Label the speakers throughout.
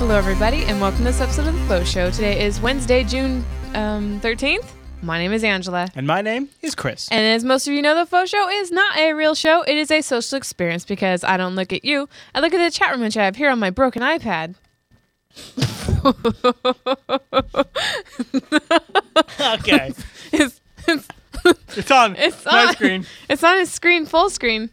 Speaker 1: Hello, everybody, and welcome to this episode of The Flow Show. Today is Wednesday, June um, 13th. My name is Angela.
Speaker 2: And my name is Chris.
Speaker 1: And as most of you know, The Flow Show is not a real show, it is a social experience because I don't look at you. I look at the chat room, which I have here on my broken iPad.
Speaker 2: okay.
Speaker 1: It's, it's,
Speaker 2: It's on
Speaker 1: It's
Speaker 2: my
Speaker 1: on.
Speaker 2: screen.
Speaker 1: it's on his screen, full screen.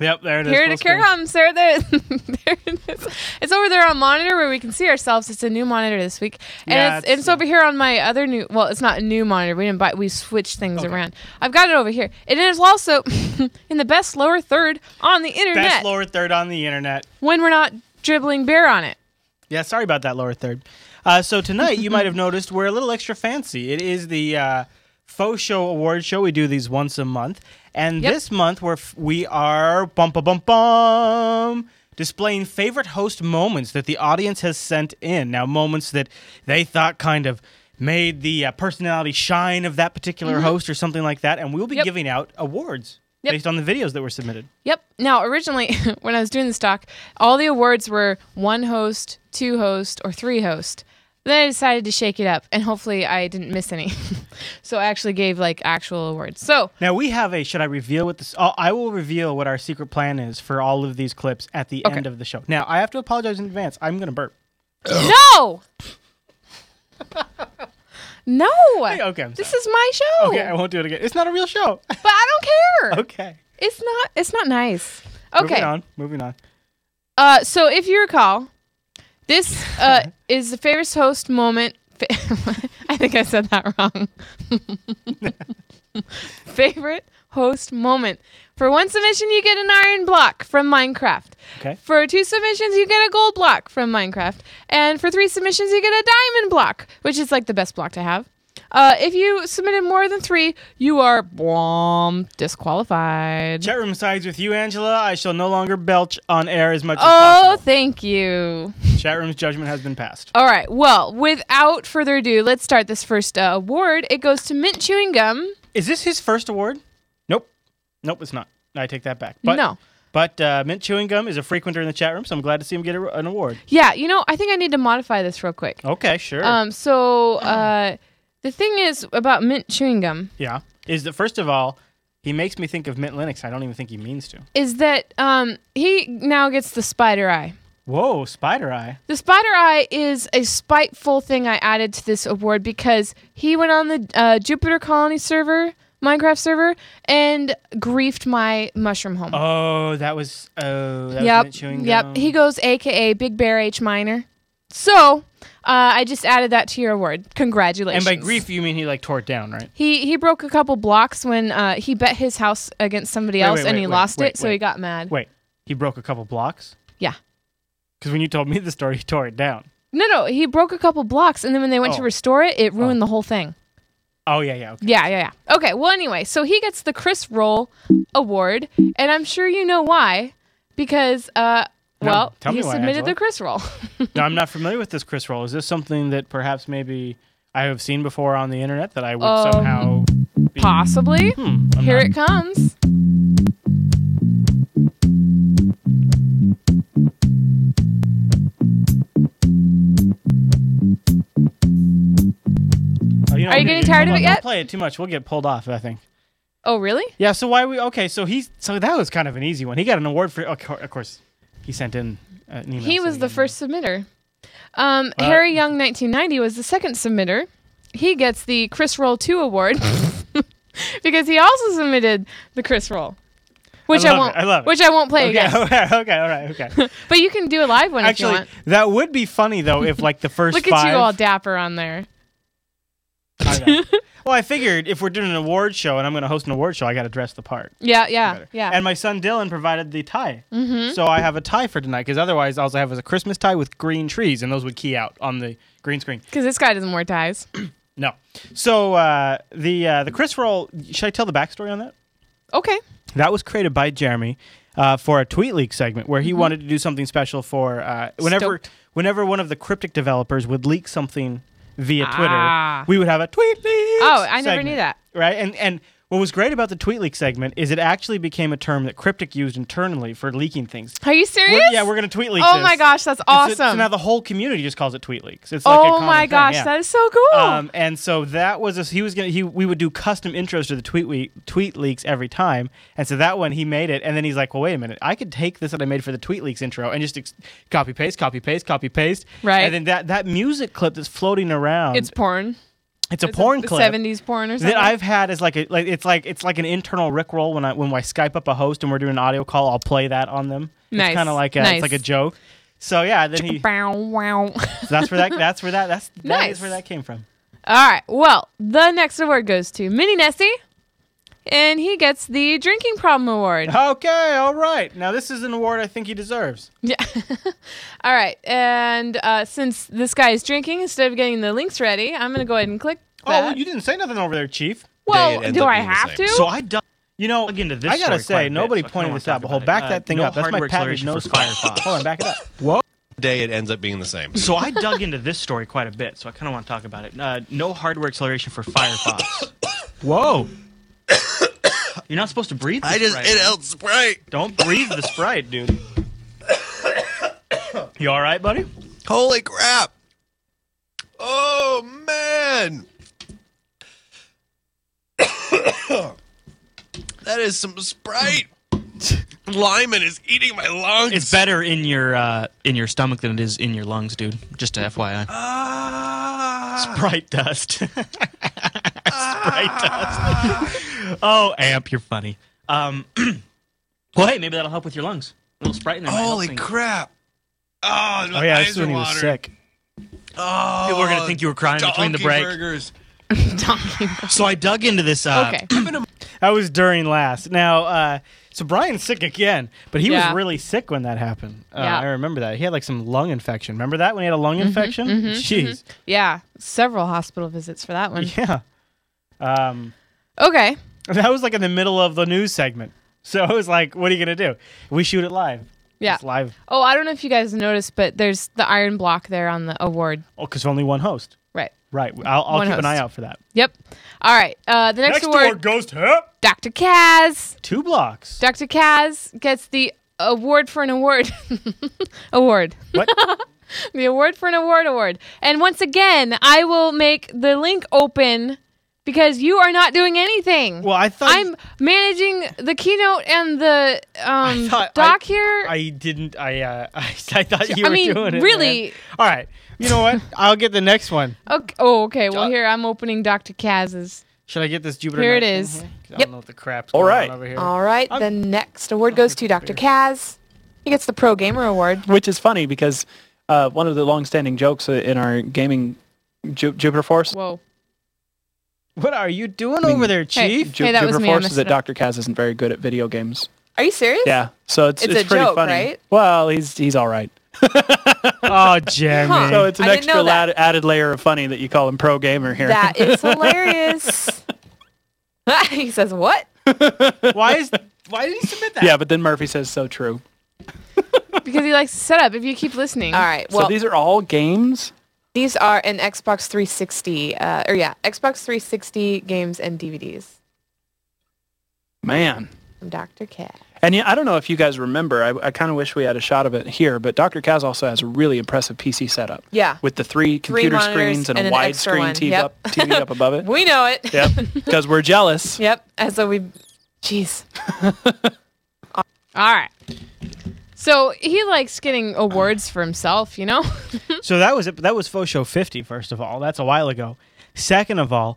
Speaker 2: Yep, there it is.
Speaker 1: Here
Speaker 2: full
Speaker 1: it here
Speaker 2: screen.
Speaker 1: it comes. There, there, there it is. It's over there on monitor where we can see ourselves. It's a new monitor this week, and
Speaker 2: Yeah,
Speaker 1: it's,
Speaker 2: it's-
Speaker 1: it's over here on my other new. Well, it's not a new monitor. We didn't buy. We switched things
Speaker 2: Okay.
Speaker 1: around. I've got it over here. It is also in the best lower third on the internet
Speaker 2: Best lower third on the internet.
Speaker 1: when we're not dribbling beer on it.
Speaker 2: Yeah, sorry about that lower third. Uh, so tonight, you might have noticed we're a little extra fancy. It is the uh, Faux Show Award Show. We do these once a month, and
Speaker 1: Yep.
Speaker 2: this month we're f- we are bum bum bum bum displaying favorite host moments that the audience has sent in. Now, moments that they thought kind of made the uh, personality shine of that particular host or something like that, and we will be
Speaker 1: Mm-hmm. Yep.
Speaker 2: giving out awards
Speaker 1: Yep.
Speaker 2: based on the videos that were submitted.
Speaker 1: Yep. Now, originally, when I was doing this talk, all the awards were one host, two host, or three host. Then I decided to shake it up, and hopefully, I didn't miss any. so I actually gave like actual awards. So
Speaker 2: Now we have a. Should I reveal what this? Oh, I will reveal what our secret plan is for all of these clips at the
Speaker 1: Okay.
Speaker 2: end of the show. Now I have to apologize in advance. I'm gonna burp.
Speaker 1: no, no.
Speaker 2: okay, I'm
Speaker 1: this is my show,
Speaker 2: Okay, I won't do it again. It's not a real show.
Speaker 1: but I don't care.
Speaker 2: okay.
Speaker 1: It's not. It's not nice.
Speaker 2: Moving
Speaker 1: Okay.
Speaker 2: on. Moving on.
Speaker 1: Uh, so if you recall, this uh, is the favorite host moment. fa- I think I said that wrong. favorite host moment. For one submission, you get an iron block from Minecraft.
Speaker 2: Okay.
Speaker 1: For two submissions, you get a gold block from Minecraft. And for three submissions, you get a diamond block, which is like the best block to have. Uh, if you submitted more than three, you are blom disqualified.
Speaker 2: Chat room sides with you, Angela. I shall no longer belch on air as much
Speaker 1: Oh,
Speaker 2: as
Speaker 1: thank you.
Speaker 2: possible. Chat room's judgment has been passed.
Speaker 1: All right. Well, without further ado, let's start this first uh, award. It goes to mint chewing gum.
Speaker 2: Is this his first award? Nope. Nope, it's not. I take that back. But,
Speaker 1: No.
Speaker 2: But uh, mint chewing gum is a frequenter in the chat room, so I'm glad to see him get a, an award.
Speaker 1: Yeah, you know, I think I need to modify this real quick.
Speaker 2: Okay, Oh, sure.
Speaker 1: Um, so uh, the thing is about mint chewing gum
Speaker 2: Yeah. Is that first of all, he makes me think of Mint Linux. I don't even think he means to.
Speaker 1: is that um, he now gets the spider eye.
Speaker 2: Whoa, Spider Eye.
Speaker 1: The spider eye is a spiteful thing I added to this award because he went on the uh, Jupiter Colony server, Minecraft server, and griefed my mushroom home.
Speaker 2: Oh, that was oh that was um, Mint chewing gum.
Speaker 1: Yep. He goes AKA Big Bear H minor. So uh, I just added that to your award. Congratulations.
Speaker 2: and by grief you mean he like tore it down, right?
Speaker 1: He he broke a couple blocks when uh, he bet his house against somebody
Speaker 2: Wait,
Speaker 1: else
Speaker 2: wait,
Speaker 1: and
Speaker 2: wait,
Speaker 1: he
Speaker 2: wait,
Speaker 1: lost
Speaker 2: wait,
Speaker 1: it, so
Speaker 2: wait.
Speaker 1: he got mad.
Speaker 2: Wait, he broke a couple blocks?
Speaker 1: Yeah.
Speaker 2: Because when you told me the story, he tore it down.
Speaker 1: No, no, he broke a couple blocks, and then when they went to
Speaker 2: Oh.
Speaker 1: restore it, it ruined the whole thing.
Speaker 2: Oh yeah, yeah. Okay.
Speaker 1: Yeah, yeah, yeah. Okay. Well, anyway, so he gets the Chris Roll Award, and I'm sure you know why, because uh,
Speaker 2: No,
Speaker 1: well,
Speaker 2: tell
Speaker 1: he
Speaker 2: me why,
Speaker 1: submitted
Speaker 2: Angela.
Speaker 1: the Chris Roll.
Speaker 2: No, I'm not familiar with this Chris roll. Is this something that perhaps maybe I have seen before on the internet that I would
Speaker 1: Um,
Speaker 2: somehow be
Speaker 1: Possibly.
Speaker 2: Hmm, I'm
Speaker 1: Here
Speaker 2: not-
Speaker 1: it comes.
Speaker 2: Oh, know
Speaker 1: Are you
Speaker 2: what,
Speaker 1: getting
Speaker 2: dude,
Speaker 1: tired
Speaker 2: hold
Speaker 1: of
Speaker 2: on,
Speaker 1: it
Speaker 2: don't
Speaker 1: yet?
Speaker 2: Play it too much. We'll get pulled off, I think.
Speaker 1: Oh, really?
Speaker 2: Yeah, so why we okay, so he's so that was kind of an easy one. He got an award for of cour- of course he sent in an email.
Speaker 1: He
Speaker 2: so
Speaker 1: was the
Speaker 2: got-
Speaker 1: first submitter. Um,
Speaker 2: Well-
Speaker 1: Harry Young, 1990, was the second submitter. He gets the Chris Roll 2 award because he also submitted the Chris Roll, which I,
Speaker 2: love it.
Speaker 1: won't,
Speaker 2: I love it.
Speaker 1: which I won't play
Speaker 2: Okay,
Speaker 1: again.
Speaker 2: okay, okay, all right, okay.
Speaker 1: But you can do a live one if you
Speaker 2: Actually,
Speaker 1: want.
Speaker 2: that would be funny though if like the first
Speaker 1: Look
Speaker 2: five
Speaker 1: at you all dapper on there.
Speaker 2: I know. Well, I figured if we're doing an award show and I'm going to host an award show, I got to dress the part.
Speaker 1: Yeah, yeah,
Speaker 2: better.
Speaker 1: yeah.
Speaker 2: And my son Dylan provided the tie. Mm-hmm. So I have a tie for tonight because otherwise all I have is a Christmas tie with green trees and those would key out on the green screen.
Speaker 1: Because this guy doesn't wear ties.
Speaker 2: No. So uh, the uh, the Chris roll, should I tell the backstory on that?
Speaker 1: Okay.
Speaker 2: That was created by Jeremy uh, for a tweet leak segment where he wanted to do something special for uh, whenever
Speaker 1: Mm-hmm. Stoked.
Speaker 2: whenever one of the cryptic developers would leak something via
Speaker 1: Ah.
Speaker 2: Twitter, we would have a tweet leak.
Speaker 1: Oh, I never knew that.
Speaker 2: Right, and and What was great about the tweet leak segment is it actually became a term that Cryptic used internally for leaking things.
Speaker 1: Are you serious?
Speaker 2: We're- yeah, we're gonna tweet leak.
Speaker 1: Oh
Speaker 2: this.
Speaker 1: my gosh, that's
Speaker 2: And so-
Speaker 1: awesome.
Speaker 2: So, now the whole community just calls it tweet leaks. It's like a
Speaker 1: oh
Speaker 2: common
Speaker 1: my
Speaker 2: thing,
Speaker 1: gosh,
Speaker 2: yeah.
Speaker 1: that is so cool.
Speaker 2: Um, and so that was a, he was gonna he we would do custom intros to the tweet week, tweet leaks every time, and so that one he made it, and then he's like, well, wait a minute, I could take this that I made for the tweet leaks intro and just ex- copy paste, copy paste, copy paste,
Speaker 1: Right.
Speaker 2: And then that that music clip that's floating around,
Speaker 1: it's
Speaker 2: it's,
Speaker 1: porn.
Speaker 2: a porn clip.
Speaker 1: Seventies porn or something.
Speaker 2: that I've had as like a like it's like it's like an internal rickroll when I when I Skype up a host and we're doing an audio call, I'll play that on them.
Speaker 1: Nice.
Speaker 2: It's kind of like a,
Speaker 1: Nice.
Speaker 2: it's like a joke. So yeah, then he
Speaker 1: Bow, wow.
Speaker 2: that's where that that's where that that's that is
Speaker 1: Nice.
Speaker 2: where that came from.
Speaker 1: All right. Well, the next award goes to Mini Nessie, and he gets the drinking problem award.
Speaker 2: Okay, all right. Now this is an award I think he deserves.
Speaker 1: Yeah. All right. And uh, since this guy is drinking, instead of getting the links ready, I'm going to go ahead and click.
Speaker 2: Oh,
Speaker 1: That.
Speaker 2: well, you didn't say nothing over there, Chief.
Speaker 1: well,
Speaker 3: It ends
Speaker 1: do
Speaker 3: up
Speaker 1: I
Speaker 3: being the
Speaker 1: have
Speaker 3: same.
Speaker 1: to?
Speaker 4: So I dug
Speaker 2: You know,
Speaker 4: into this.
Speaker 2: I gotta
Speaker 4: story quite
Speaker 2: say,
Speaker 4: a bit,
Speaker 2: nobody
Speaker 4: so I kinda
Speaker 2: pointed
Speaker 4: wanna
Speaker 2: this out,
Speaker 4: talk
Speaker 2: but hold
Speaker 4: about it.
Speaker 2: back that
Speaker 4: Uh,
Speaker 2: thing
Speaker 4: no
Speaker 2: up. That's my
Speaker 4: hardware
Speaker 2: patented
Speaker 4: acceleration
Speaker 2: nose
Speaker 4: for
Speaker 2: fire.
Speaker 4: Firefox.
Speaker 2: hold on, back it up.
Speaker 3: Day it ends up being the same.
Speaker 4: So I dug into this story quite a bit, so I kind of want to talk about it. Uh, no hardware acceleration for Firefox.
Speaker 2: Whoa.
Speaker 4: You're not supposed to breathe. The
Speaker 3: I just
Speaker 4: Sprite.
Speaker 3: it out Sprite.
Speaker 4: Don't breathe the sprite, dude. You all right, buddy?
Speaker 3: Holy crap! Oh man, that is some Sprite. Lyman is eating my lungs.
Speaker 4: It's better in your uh, in your stomach than it is in your lungs, dude. Just a FYI.
Speaker 3: Ah.
Speaker 4: Sprite dust. sprite dust. oh, amp, you're funny. Um, well, hey, maybe that'll help with your lungs. A little sprite in there. might help
Speaker 3: Holy
Speaker 4: things.
Speaker 3: crap! Oh, my
Speaker 2: Oh yeah, this
Speaker 3: eyes
Speaker 2: is
Speaker 3: are
Speaker 2: when he was
Speaker 3: watering.
Speaker 2: sick.
Speaker 3: Oh,
Speaker 4: People were gonna think you were crying between the
Speaker 3: donkey
Speaker 4: break.
Speaker 3: burgers.
Speaker 4: So I dug into this. Uh,
Speaker 1: okay.
Speaker 2: That was during last. Now, uh, so Brian's sick again, but he
Speaker 1: Yeah.
Speaker 2: was really sick when that happened. Uh,
Speaker 1: Yeah.
Speaker 2: I remember that. He had like some lung infection. Remember that when he had a lung
Speaker 4: Mm-hmm,
Speaker 2: infection? Jeez.
Speaker 1: yeah. Several hospital visits for that one.
Speaker 4: mm-hmm.
Speaker 2: Yeah. Um,
Speaker 1: Okay.
Speaker 2: that was like in the middle of the news segment. So it was like, what are you going to do? We shoot it live.
Speaker 1: Yeah.
Speaker 2: It's live.
Speaker 1: Oh, I don't know if you guys noticed, but there's the iron block there on the award.
Speaker 2: Oh, because only one host.
Speaker 1: Right.
Speaker 2: Right. I'll, I'll
Speaker 1: One
Speaker 2: keep an eye
Speaker 1: host.
Speaker 2: out for that.
Speaker 1: Yep. All right. Uh, the next, award,
Speaker 2: goes to
Speaker 1: Dr. Kaz.
Speaker 2: two blocks.
Speaker 1: Dr. Kaz gets the award for an award. award.
Speaker 2: What?
Speaker 1: The award for an award award. And once again, I will make the link open because you are not doing anything.
Speaker 2: Well, I thought
Speaker 1: I'm managing the keynote and the um,
Speaker 2: thought
Speaker 1: doc
Speaker 2: I-
Speaker 1: here.
Speaker 2: I didn't. I uh, I, I thought you
Speaker 1: I
Speaker 2: were
Speaker 1: mean,
Speaker 2: doing it.
Speaker 1: really-
Speaker 2: man. All right. You know what? I'll get the next one.
Speaker 1: okay. Oh, okay. Well, here I'm opening Dr. Kaz's.
Speaker 2: Should I get this Jupiter?
Speaker 1: Here it
Speaker 2: Knights
Speaker 1: is. Uh,
Speaker 2: in here? 'Cause I
Speaker 5: Yep.
Speaker 2: don't know what the crap's going
Speaker 5: right.
Speaker 2: on over here.
Speaker 5: All right, the next award goes to Dr. Kaz. He gets the Pro Gamer Award.
Speaker 6: which is funny because uh, one of the long-standing jokes uh, in our gaming Ju- Jupiter Force,
Speaker 1: Whoa.
Speaker 2: What are you doing over there,
Speaker 1: Hey.
Speaker 2: Chief?
Speaker 6: Ju-
Speaker 1: that was
Speaker 6: Jupiter
Speaker 1: me, I
Speaker 6: Force
Speaker 1: messed
Speaker 6: is that
Speaker 1: it up.
Speaker 6: Dr. Kaz isn't very good at video games.
Speaker 5: Are you serious?
Speaker 6: Yeah, so it's
Speaker 5: It's
Speaker 6: it's,
Speaker 5: a
Speaker 6: pretty
Speaker 5: joke,
Speaker 6: funny.
Speaker 5: right?
Speaker 6: Well, he's he's all right.
Speaker 2: Oh, Jeremy.
Speaker 5: Huh.
Speaker 6: So it's an
Speaker 5: I didn't
Speaker 6: extra
Speaker 5: know that.
Speaker 6: lad- added layer of funny that you call him Pro Gamer here.
Speaker 5: That is hilarious. he says, What?
Speaker 2: why is why did he submit that?
Speaker 6: yeah, but then Murphy says so true.
Speaker 1: Because he likes to set up if you keep listening.
Speaker 5: All right. Well,
Speaker 6: so these are all games.
Speaker 5: these are an Xbox 360, uh, or yeah, Xbox 360 games and DVDs
Speaker 6: Man.
Speaker 5: from Dr. Cat.
Speaker 6: And yeah, I don't know if you guys remember. I, I kind of wish we had a shot of it here, but Dr. Kaz also has a really impressive PC setup.
Speaker 5: Yeah.
Speaker 6: With the three computer
Speaker 5: monitors
Speaker 6: screens and,
Speaker 5: and
Speaker 6: a
Speaker 5: an
Speaker 6: wide
Speaker 5: extra
Speaker 6: screen
Speaker 5: one.
Speaker 6: TV
Speaker 5: Yep.
Speaker 6: up, TV up above it.
Speaker 5: We know it.
Speaker 6: Yep. Because we're jealous.
Speaker 5: Yep. And so we, jeez.
Speaker 1: All right. So he likes getting awards for himself, you know?
Speaker 2: So that was it. That was Faux Show 50, first of all. That's a while ago. Second of all,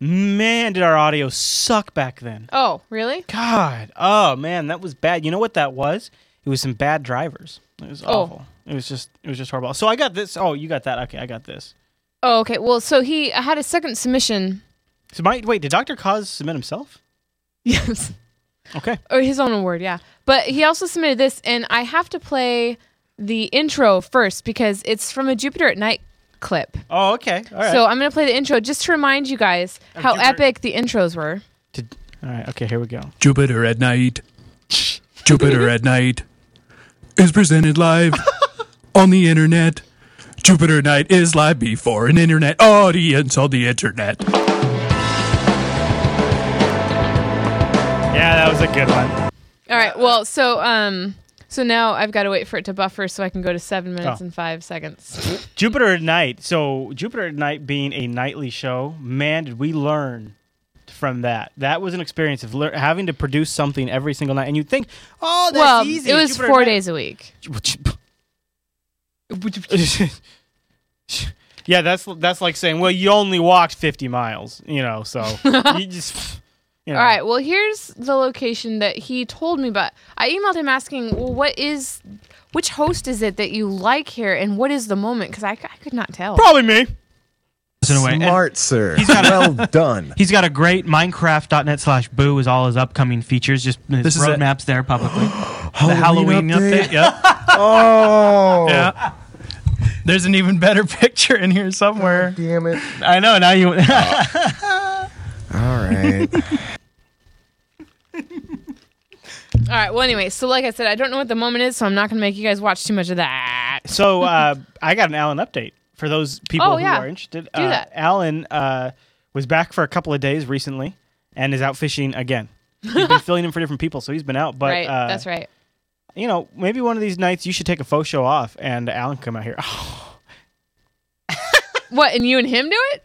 Speaker 2: man, did our audio suck back then.
Speaker 1: oh, really?
Speaker 2: God. Oh man, that was bad. You know what that was? It was some bad drivers. It was awful. It was just it was just horrible. So I got this. Oh, you got that. Okay, I got this.
Speaker 1: Oh, okay. Well, so he had a second submission.
Speaker 2: So my wait, did Dr. Cause submit himself?
Speaker 1: Yes.
Speaker 2: Okay.
Speaker 1: or his own award, yeah. But he also submitted this, and I have to play the intro first because it's from a Jupiter at Night clip.
Speaker 2: Oh, okay. All right.
Speaker 1: So I'm gonna play the intro just to remind you guys how
Speaker 2: Jupiter-
Speaker 1: epic the intros were.
Speaker 2: Did- all right. Okay, here we go.
Speaker 7: Jupiter at Night. Jupiter at Night is presented live on the internet. Jupiter at Night is live before an internet audience on the internet.
Speaker 2: Yeah, that was a good one.
Speaker 1: All right.
Speaker 2: Uh,
Speaker 1: Well, so um, so now I've got to wait for it to buffer so I can go to seven minutes
Speaker 2: Oh.
Speaker 1: and five seconds.
Speaker 2: Jupiter at Night. So, Jupiter at Night being a nightly show, man, did we learn from that? That was an experience of lear- having to produce something every single night. And you think, oh, that's
Speaker 1: well,
Speaker 2: easy.
Speaker 1: it was
Speaker 2: Jupiter at
Speaker 1: four
Speaker 2: Night-
Speaker 1: days a week.
Speaker 2: Oh. yeah, that's that's like saying, well, you only walked 50 miles, you know, so you just you know.
Speaker 1: All right. Well, here's the location that he told me about. I emailed him asking, well, what is, which host is it that you like here, and what is the moment? Because I, I could not tell.
Speaker 2: Probably me.
Speaker 4: Listen away. And
Speaker 8: Smart, sir.
Speaker 4: got a-
Speaker 8: well done.
Speaker 4: He's got a great Minecraft.net slash boo is all his upcoming features. Just his
Speaker 7: This is it.
Speaker 4: roadmaps there publicly. the Halloween
Speaker 8: Halloween
Speaker 4: update.
Speaker 8: update.
Speaker 4: Yep.
Speaker 8: Oh,
Speaker 7: Yeah. There's an even better picture in here somewhere.
Speaker 8: damn it.
Speaker 4: I know. Now you.
Speaker 8: All right.
Speaker 1: All right. Well, anyway, so like I said, I don't know what the moment is, so I'm not going to make you guys watch too much of that.
Speaker 2: So uh, I got an Alan update for those people
Speaker 1: Oh,
Speaker 2: who
Speaker 1: yeah.
Speaker 2: are interested.
Speaker 1: Do
Speaker 2: uh,
Speaker 1: that.
Speaker 2: Alan uh, was back for a couple of days recently and is out fishing again. He's been filling in for different people, so he's been out. But
Speaker 1: right.
Speaker 2: uh,
Speaker 1: That's right.
Speaker 2: You know, maybe one of these nights you should take a faux show off and Alan come out here. Oh,
Speaker 1: What? And you and him do it?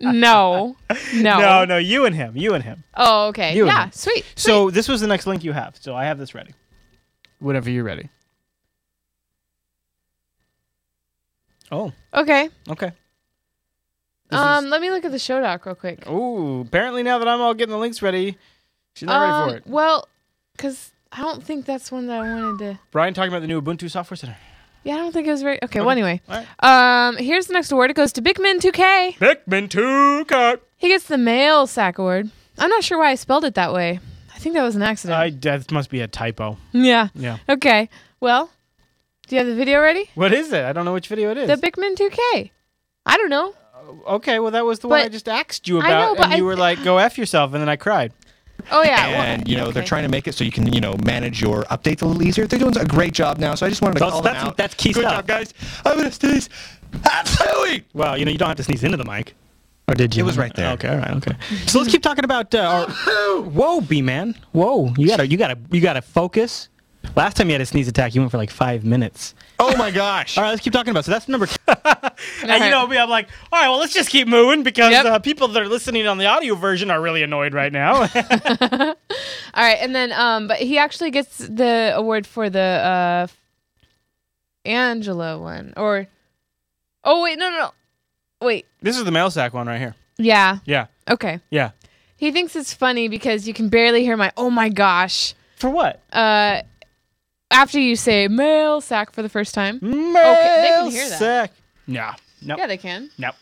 Speaker 1: no. No.
Speaker 2: no, no, you and him, you and him.
Speaker 1: Oh, okay.
Speaker 2: You and
Speaker 1: yeah.
Speaker 2: him.
Speaker 1: Sweet.
Speaker 2: So this was the next link you have. So I have this ready. Whenever you're ready. Oh,
Speaker 1: Okay.
Speaker 2: okay. This
Speaker 1: Um, let me look at the show doc real quick.
Speaker 2: is, ooh, apparently now that I'm all getting the links ready, she's not
Speaker 1: Um,
Speaker 2: ready for it.
Speaker 1: Well, because I don't think that's one that I wanted to.
Speaker 2: Brian talking about the new Ubuntu Software Center.
Speaker 1: Yeah, I don't think it was very. Okay. Well, anyway.
Speaker 2: All
Speaker 1: Um, here's the next award. It goes to Big Man 2K.
Speaker 2: Pikmin 2 cut.
Speaker 1: He gets the male sack award. I'm not sure why I spelled it that way. I think that was an accident.
Speaker 2: I, that must be a typo.
Speaker 1: yeah.
Speaker 2: Yeah.
Speaker 1: Okay. Well, do you have the video ready?
Speaker 2: What is it? I don't know which video it is.
Speaker 1: The Big Man 2K. I don't know.
Speaker 2: okay, well that was the one I
Speaker 1: But-
Speaker 2: just asked you
Speaker 1: I
Speaker 2: about,
Speaker 1: know, but
Speaker 2: and you
Speaker 1: I-
Speaker 2: were like, "Go f yourself," and then I cried.
Speaker 1: Oh yeah. well-
Speaker 8: And you know they're
Speaker 1: okay.
Speaker 8: trying to make it so you can you know manage your updates a little easier. They're doing a great job now, so I just wanted to
Speaker 4: That's-
Speaker 8: call
Speaker 4: Oh, that's-
Speaker 8: them out.
Speaker 4: that's key
Speaker 8: Good
Speaker 4: stuff.
Speaker 8: job, guys. I'm gonna sneeze. Absolutely.
Speaker 4: well, you know you don't have to sneeze into the mic. Or did you?
Speaker 8: It was right there.
Speaker 4: Okay. All right. Okay. So let's keep talking about. Uh, our, whoa, B man. Whoa. You gotta. You gotta. You gotta focus. Last time you had a sneeze attack, you went for like five minutes.
Speaker 8: Oh my gosh.
Speaker 4: All right, let's keep talking about. So that's number. Two.
Speaker 2: And you know, me, I'm like, all right, well, let's just keep moving because
Speaker 1: Yep.
Speaker 2: uh, people that are listening on the audio version are really annoyed right now.
Speaker 1: All right, and then um, but he actually gets the award for the uh, Angela one or oh wait no no no wait
Speaker 2: this is the mail sack one right here.
Speaker 1: yeah
Speaker 2: Yeah,
Speaker 1: okay
Speaker 2: yeah.
Speaker 1: he thinks it's funny because you can barely hear my oh my gosh
Speaker 2: For what?
Speaker 1: uh after you say mail sack for the first time
Speaker 2: Mail
Speaker 1: they can hear that.
Speaker 2: sack. Nah. Nope.
Speaker 1: yeah they can
Speaker 2: nope.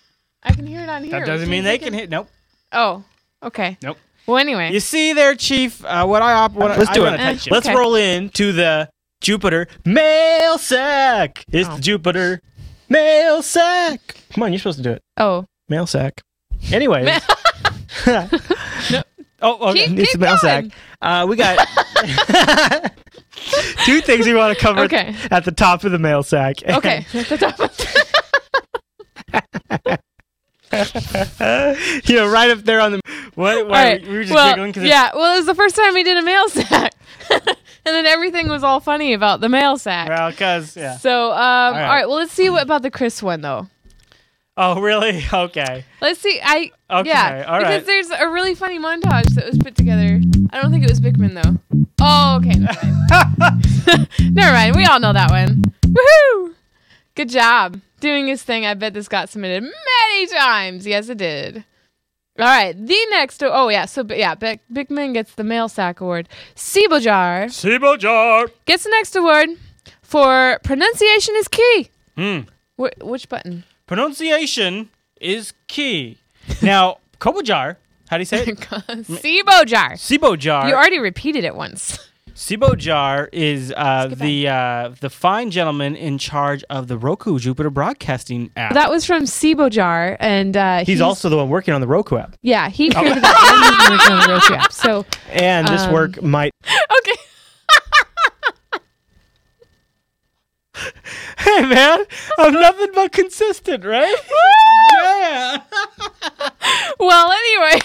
Speaker 1: I can hear it on here
Speaker 2: That
Speaker 1: which
Speaker 2: doesn't
Speaker 1: means
Speaker 2: mean they can hit. Nope.
Speaker 1: oh okay
Speaker 2: Nope.
Speaker 1: well anyway
Speaker 2: You see there, Chief. Uh, what I op- what
Speaker 4: Let's
Speaker 2: I,
Speaker 4: do
Speaker 2: I
Speaker 4: it.
Speaker 2: wanna touch you.
Speaker 4: Let's
Speaker 1: Okay.
Speaker 4: roll in to the Jupiter mail sack. It's
Speaker 1: Oh.
Speaker 4: the Jupiter mail sack. Come on, you're supposed to do it.
Speaker 1: oh
Speaker 4: Mail sack. Anyway.
Speaker 2: Oh, okay.
Speaker 1: Keep-
Speaker 2: it's
Speaker 1: keep
Speaker 2: the mail
Speaker 1: going.
Speaker 2: sack. Uh, we got two things we want to cover
Speaker 1: Okay.
Speaker 2: at the top of the mail sack.
Speaker 1: okay
Speaker 2: you know, right up there on the. What?
Speaker 1: All
Speaker 2: Why,
Speaker 1: right.
Speaker 2: We were just
Speaker 1: well,
Speaker 2: giggling because
Speaker 1: yeah. Well, it was the first time we did a mail sack, and then everything was all funny about the mail sack.
Speaker 2: Well, because yeah.
Speaker 1: So, um, all, right.
Speaker 2: right.
Speaker 1: Well, let's see what about the Chris one though.
Speaker 2: Oh, really? Okay.
Speaker 1: Let's see. I
Speaker 2: Okay,
Speaker 1: yeah.
Speaker 2: all
Speaker 1: Because
Speaker 2: right.
Speaker 1: there's a really funny montage that was put together. I don't think it was Bickman though. Oh, okay. Never mind. Never mind. We all know that one. Woohoo! Good job doing his thing. I bet this got submitted many times. Yes, it did. All right. The next. Oh, yeah. So, but yeah, Bick, Bickman gets the mail sack award. Sibojar
Speaker 2: Sibo jar.
Speaker 1: gets the next award for pronunciation is key. Hmm. Wh- which button?
Speaker 2: Pronunciation is key. Now, Kobojar. How do you say it?
Speaker 1: Sibojar.
Speaker 2: Sibojar.
Speaker 1: You already repeated it once.
Speaker 2: Sibojar is uh, the uh, the fine gentleman in charge of the Roku Jupiter Broadcasting app.
Speaker 1: That was from Sibojar, and uh,
Speaker 2: he's, also Oh. the one working on the Roku app,
Speaker 1: yeah he created that and he's been working on the Roku app. So
Speaker 2: and
Speaker 1: Um,
Speaker 2: this work might.
Speaker 1: okay,
Speaker 2: Hey man, I'm nothing but consistent, right? yeah.
Speaker 1: well anyway,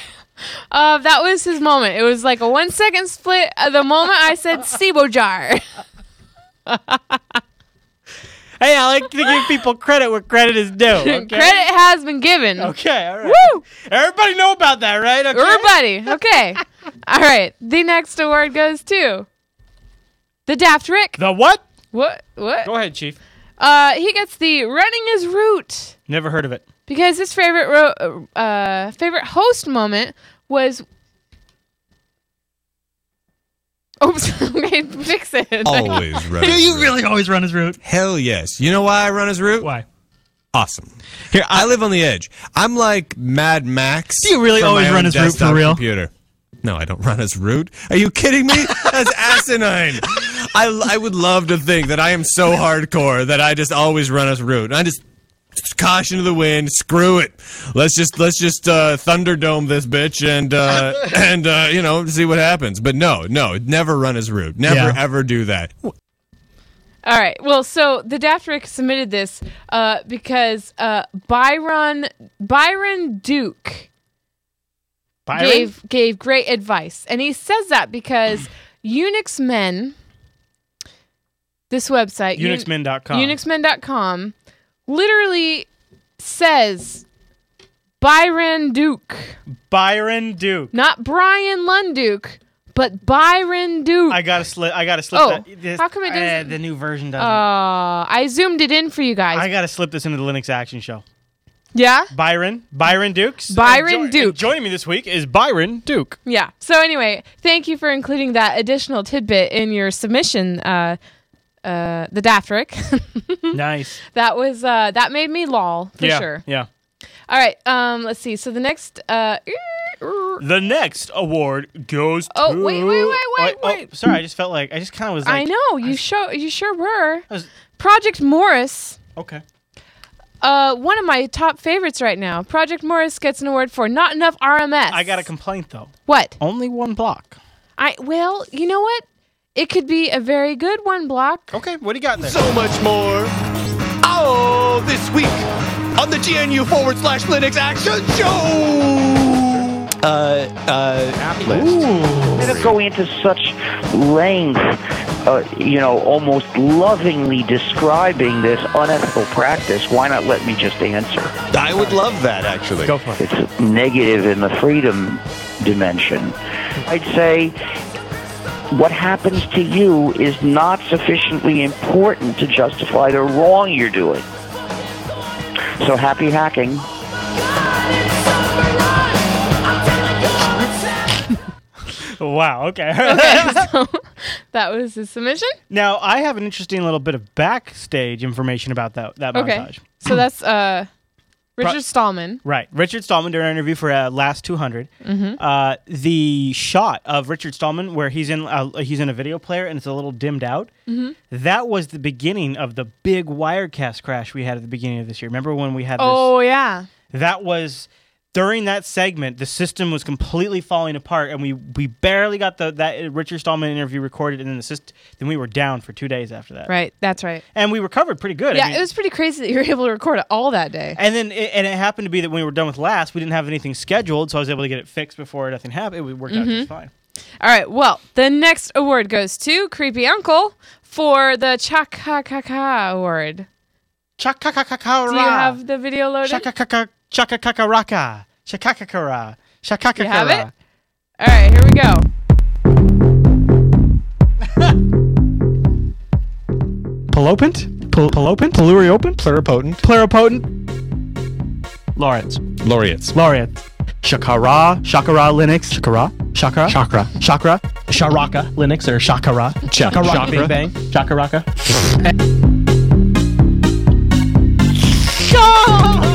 Speaker 1: Uh, that was his moment. It was like a one second split. At the moment I said Sibo jar.
Speaker 2: Hey, I like to give people credit where credit is due. Okay.
Speaker 1: Credit has been given.
Speaker 2: Okay, all right.
Speaker 1: Woo!
Speaker 2: Everybody know about that, right? Okay.
Speaker 1: Everybody. Okay. All right. The next award goes to the Daft Rick.
Speaker 2: The what?
Speaker 1: what? What?
Speaker 2: Go ahead, Chief.
Speaker 1: Uh, he gets the running his route
Speaker 2: Never heard of it.
Speaker 1: because his favorite ro- uh favorite host moment was. Oops. okay, fix it.
Speaker 9: Always run.
Speaker 4: Do
Speaker 9: his
Speaker 4: you
Speaker 9: route.
Speaker 4: really always run his route?
Speaker 9: Hell yes. You know why I run his route?
Speaker 4: Why?
Speaker 9: Awesome. Here, I live on the edge. I'm like Mad Max.
Speaker 4: Do you really
Speaker 9: from my
Speaker 4: always
Speaker 9: own
Speaker 4: run his route for
Speaker 9: desktop
Speaker 4: real?
Speaker 9: Computer. No, I don't run his route. Are you kidding me? That's asinine. I, I would love to think that I am so hardcore that I just always run his route. And I just caution to the wind. Screw it. Let's just let's just uh, thunderdome this bitch and uh, and uh, you know see what happens. But no, no, never run his route. Never
Speaker 4: Yeah.
Speaker 9: ever do that.
Speaker 1: All right. Well, so the Daft Rick submitted this uh, because uh, Byron Byron Duke gave gave great advice, and he says that because Unix Men, this website, Unix
Speaker 2: Unixmen.com.
Speaker 1: UnixMen.com, literally says Byron Duke,
Speaker 2: Byron Duke.
Speaker 1: not Brian Lunduke, but Byron Duke.
Speaker 2: I gotta slip. I gotta slip.
Speaker 1: Oh,
Speaker 2: that. this-
Speaker 1: how come it
Speaker 2: uh,
Speaker 1: doesn't-
Speaker 2: the new version doesn't.
Speaker 1: uh, I zoomed it in for you guys.
Speaker 2: I gotta slip this into the Linux Action Show.
Speaker 1: yeah.
Speaker 2: Byron, Byron Dukes.
Speaker 1: Byron
Speaker 2: And
Speaker 1: Duke.
Speaker 2: and joining me this week is Byron Duke.
Speaker 1: Yeah. So anyway, thank you for including that additional tidbit in your submission, uh, uh, the Dafric.
Speaker 2: nice.
Speaker 1: that was uh, that made me lol Mm-hmm. for
Speaker 2: yeah.
Speaker 1: sure.
Speaker 2: Yeah.
Speaker 1: All right. Um, let's see. So the next. Uh,
Speaker 2: The next award goes
Speaker 1: Oh,
Speaker 2: to.
Speaker 1: wait, wait, wait, wait,
Speaker 2: Oh, oh,
Speaker 1: wait.
Speaker 2: sorry, I just felt like I just kind of was like.
Speaker 1: I know you show you sure were
Speaker 2: I was-
Speaker 1: Project Morris.
Speaker 2: okay.
Speaker 1: Uh, one of my top favorites right now. Project Morris gets an award for not enough RMS.
Speaker 2: I got a complaint though.
Speaker 1: what?
Speaker 2: Only one block.
Speaker 1: I well, you know what? It could be a very good one block.
Speaker 2: Okay, what do you got there?
Speaker 8: So much more. Oh, this week on the GNU forward slash Linux Action Show. Uh, uh, app list.
Speaker 10: Instead of go into such length, uh, you know, almost lovingly describing this unethical practice, why not let me just answer?
Speaker 8: I would love that actually. Go for it.
Speaker 10: It's negative in the freedom dimension. I'd say what happens to you is not sufficiently important to justify the wrong you're doing. So happy hacking.
Speaker 2: Wow. Okay.
Speaker 1: That was his submission.
Speaker 2: now I have an interesting little bit of backstage information about that that
Speaker 1: Okay.
Speaker 2: montage.
Speaker 1: So that's uh, Richard Stallman.
Speaker 2: Right. Richard Stallman during an interview for uh, Last 200.
Speaker 1: Mm-hmm.
Speaker 2: Uh, the shot of Richard Stallman where he's in uh, he's in a video player and it's a little dimmed out.
Speaker 1: Mm-hmm.
Speaker 2: That was the beginning of the big Wirecast crash we had at the beginning of this year. Remember when we had this?
Speaker 1: Oh yeah.
Speaker 2: that was during that segment the system was completely falling apart and we we barely got the that richard stallman interview recorded and then the syst- then we were down for two days after that
Speaker 1: Right. That's right.
Speaker 2: and we recovered pretty good I
Speaker 1: Yeah,
Speaker 2: mean-
Speaker 1: it was pretty crazy that you were able to record it all that day.
Speaker 2: and then it, and it happened to be that when we were done with last we didn't have anything scheduled so i was able to get it fixed before nothing happened it worked out
Speaker 1: Mm-hmm.
Speaker 2: just fine
Speaker 1: All right. Well, the next award goes to Creepy Uncle for the Chaka Kaka Award. Do you have
Speaker 2: Chakakakara.
Speaker 1: the video loaded?
Speaker 2: Chakakaka chakakakaraka. Chakakakara. Chakakakara.
Speaker 1: You have it? All right. Here we go.
Speaker 4: Pelopent? Pel- Pelopent? Peluriopent?
Speaker 8: Pluripotent
Speaker 4: Pluripotent? Lawrence.
Speaker 8: laureates.
Speaker 4: Laureate. Shakara. Shakara Linux. Shakara. Shakara. Chakra. Chakra. Sharaka Linux or Shakara. Shakaraka Bing
Speaker 8: Chakra.
Speaker 4: Bang. Shakaraka.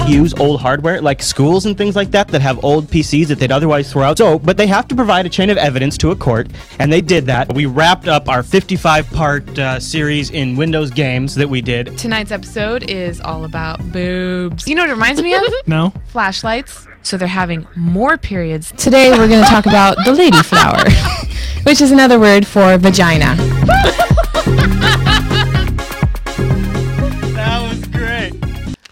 Speaker 4: Use old hardware like schools and things like that that have old PCs that they'd otherwise throw out. So, but they have to provide a chain of evidence to a court, and they did that. We wrapped up our 55 part uh, series in Windows games that we did.
Speaker 5: Tonight's episode is all about boobs.
Speaker 1: You know what it reminds me of?
Speaker 4: No?
Speaker 5: Flashlights. So they're having more periods.
Speaker 1: Today we're going to talk about the lady flower, which is another word for vagina.
Speaker 2: That was great.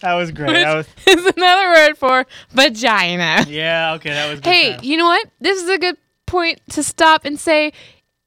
Speaker 2: That was great. That was,
Speaker 1: is another word for vagina.
Speaker 2: yeah, okay, that was good.
Speaker 1: Hey, you know what? This is a good point to stop and say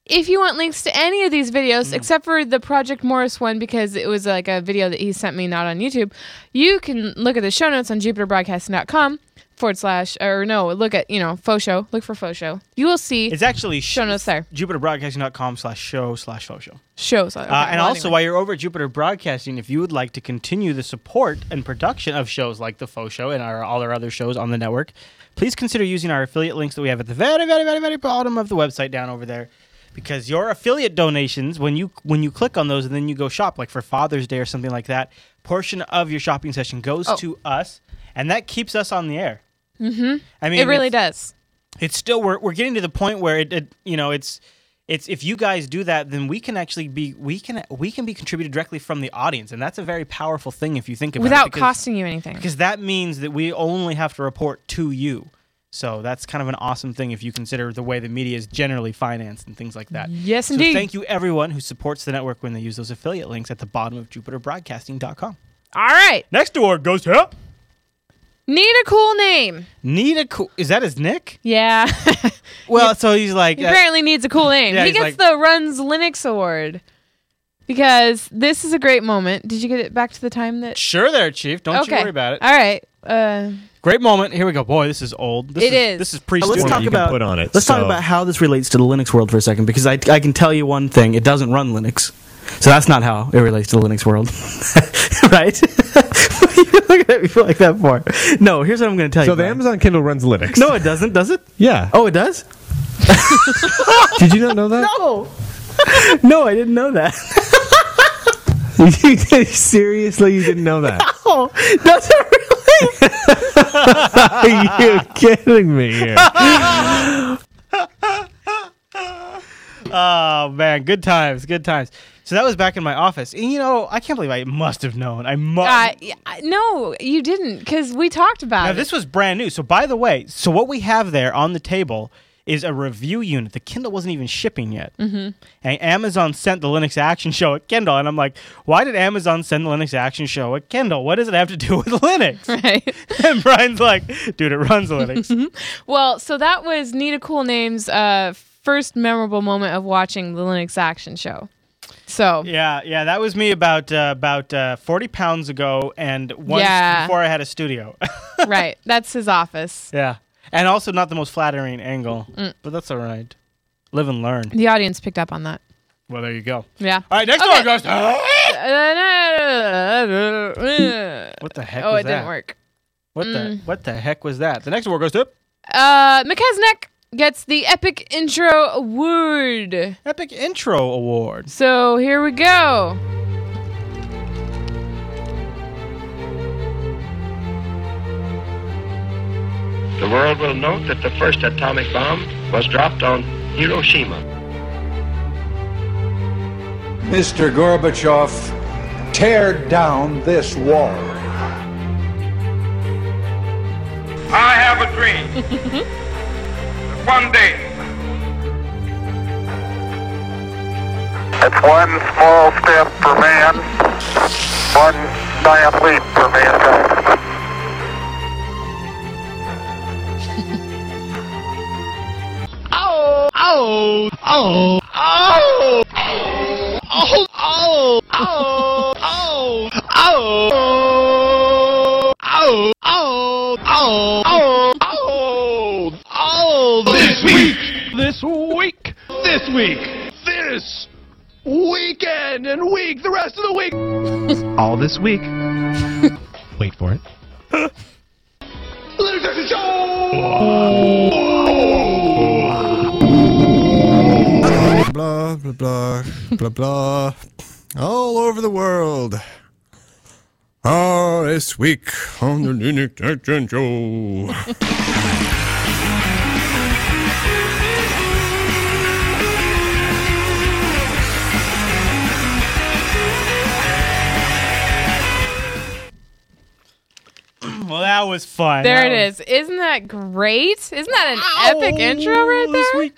Speaker 1: if you want links to any of these
Speaker 2: Mm.
Speaker 1: videos, except for the Project Morris one, because it was like a video that he sent me not on YouTube, you can look at the show notes on jupiterbroadcasting.com forward slash, or no, look at, you know, faux show. Look for faux show. You will see
Speaker 2: It's actually sh-
Speaker 1: show notes there.
Speaker 2: jupiterbroadcasting.com slash show slash faux show.
Speaker 1: Shows. Okay,
Speaker 2: uh, and
Speaker 1: well,
Speaker 2: also,
Speaker 1: anyway.
Speaker 2: while you're over at Jupiter Broadcasting, if you would like to continue the support and production of shows like The Faux Show and our, all our other shows on the network, please consider using our affiliate links that we have at the very, very, very, very bottom of the website down over there. Because your affiliate donations, when you when you click on those and then you go shop, like for Father's Day or something like that, portion of your shopping session goes
Speaker 1: Oh.
Speaker 2: to us, and that keeps us on the air.
Speaker 1: Mhm.
Speaker 2: I mean,
Speaker 1: it really
Speaker 2: it's-
Speaker 1: does.
Speaker 2: it's still we're we're getting to the point where it, it you know it's it's if you guys do that then we can actually be we can we can be contributed directly from the audience and that's a very powerful thing if you think about
Speaker 1: Without
Speaker 2: it Uh, because,
Speaker 1: costing you anything.
Speaker 2: because that means that we only have to report to you so that's kind of an awesome thing if you consider the way the media is generally financed and things like that
Speaker 1: Yes,
Speaker 2: so
Speaker 1: indeed.
Speaker 2: thank you everyone who supports the network when they use those affiliate links at the bottom of jupiterbroadcasting.com
Speaker 1: All right.
Speaker 2: next award goes to
Speaker 1: Need a cool name.
Speaker 2: need a cool is that his nick
Speaker 1: Yeah.
Speaker 2: well so he's like
Speaker 1: He
Speaker 2: uh,
Speaker 1: apparently needs a cool name.
Speaker 2: Yeah,
Speaker 1: he
Speaker 2: he's
Speaker 1: gets
Speaker 2: like-
Speaker 1: the Runs Linux Award because this is a great moment. Did you get it back to the time that?
Speaker 2: sure there chief don't you worry about it
Speaker 1: All right. Uh,
Speaker 2: Great moment. Here we go. Boy, this is old. This
Speaker 1: It is.
Speaker 2: is. This is pre.
Speaker 4: Let's talk about
Speaker 9: put on it,
Speaker 4: Let's talk
Speaker 9: so-
Speaker 4: about how this relates to the Linux world for a second, because I, I can tell you one thing: it doesn't run Linux, so that's not how it relates to the Linux world, right? What are you looking at me like that for? No, here's what I'm going to tell
Speaker 9: So
Speaker 4: you.
Speaker 9: the
Speaker 4: Brian.
Speaker 9: Amazon Kindle runs Linux.
Speaker 4: no, it doesn't, does it?
Speaker 9: Yeah.
Speaker 4: Oh, it does.
Speaker 9: Did you not know that?
Speaker 4: No. no, I didn't know that.
Speaker 9: Seriously, you didn't know that?
Speaker 4: Oh, does it really?
Speaker 9: Are you kidding me? Here?
Speaker 2: Oh man, good times, good times. So that was back in my office, and you know, I can't believe I must have known. I must.
Speaker 1: uh, yeah, no, you didn't because we talked about
Speaker 2: now
Speaker 1: it.
Speaker 2: this was brand new. So by the way, so what we have there on the table is a review unit. The Kindle wasn't even shipping yet, mm-hmm. and Amazon sent the Linux Action Show a Kindle, and I'm like, why did Amazon send the Linux Action Show a Kindle? What does it have to do with Linux?
Speaker 1: Right.
Speaker 2: and Brian's like, dude, it runs Linux.
Speaker 1: Well, so that was Nita Cool Name's uh, first memorable moment of watching the Linux Action Show. So
Speaker 2: Yeah, yeah, that was me about uh, about uh, forty pounds ago, and once
Speaker 1: Yeah.
Speaker 2: before I had a studio.
Speaker 1: right, that's his office.
Speaker 2: yeah, and also not the most flattering angle, but that's all right. Live and learn.
Speaker 1: The audience picked up on that.
Speaker 2: Well, there you go.
Speaker 1: Yeah.
Speaker 2: All right, next
Speaker 1: Okay.
Speaker 2: one goes. "Ah!" what the heck?
Speaker 1: Oh,
Speaker 2: was
Speaker 1: it didn't
Speaker 2: that?
Speaker 1: work.
Speaker 2: What the what the heck was that? The next award goes to
Speaker 1: Uh, McKesneck gets the Epic Intro Award.
Speaker 2: Epic Intro Award.
Speaker 1: So here we go.
Speaker 11: The world will note that the first atomic bomb was dropped on Hiroshima.
Speaker 12: Mr. Gorbachev, tear down this wall.
Speaker 13: I have a dream that one day
Speaker 14: It's one small step for man, one giant leap for mankind.
Speaker 3: Oh, oh, oh, oh, oh, oh, oh, oh, oh, oh, oh, oh, oh, oh, this week, this week, this week, this weekend and week, the rest of the week.
Speaker 15: All this week. Wait for it.
Speaker 3: Linux Action Show!
Speaker 9: blah blah blah blah blah all over the world. Ah, this week on the Linux Action Show.
Speaker 2: well, that was fun.
Speaker 1: There
Speaker 2: That
Speaker 1: it
Speaker 2: was-
Speaker 1: is. Isn't that great? Isn't that an epic intro right there?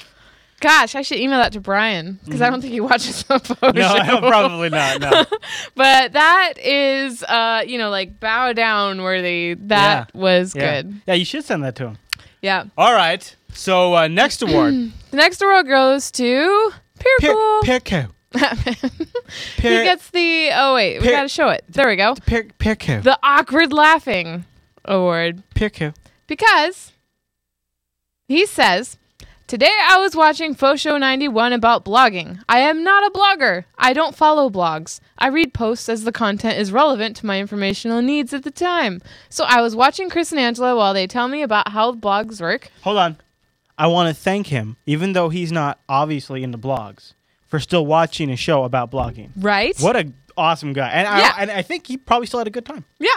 Speaker 1: Gosh, I should email that to Brian because I don't think he watches the photo.
Speaker 2: Mm. No, probably not. No.
Speaker 1: but that is, uh, you know, like bow down worthy. That
Speaker 2: Yeah.
Speaker 1: was
Speaker 2: Yeah. Oh.
Speaker 1: good.
Speaker 2: Yeah, you should send that to him.
Speaker 1: Yeah.
Speaker 2: All right. So uh, next award.
Speaker 1: The next award goes to Pierco.
Speaker 2: Pierco.
Speaker 1: he gets the. Oh wait, we
Speaker 2: Pier-
Speaker 1: gotta show it. There we go.
Speaker 2: Pierco.
Speaker 1: The awkward laughing award.
Speaker 2: Pierco.
Speaker 1: Because he says, Today I was watching Fosho 91 about blogging. I am not a blogger. I don't follow blogs. I read posts as the content is relevant to my informational needs at the time. So I was watching Chris and Angela while they tell me about how blogs work.
Speaker 2: Hold on. I want to thank him, even though he's not obviously into blogs, for still watching a show about blogging.
Speaker 1: Right?
Speaker 2: What a awesome guy, and
Speaker 1: Yeah.
Speaker 2: I and I think he probably still had a good time.
Speaker 1: Yeah.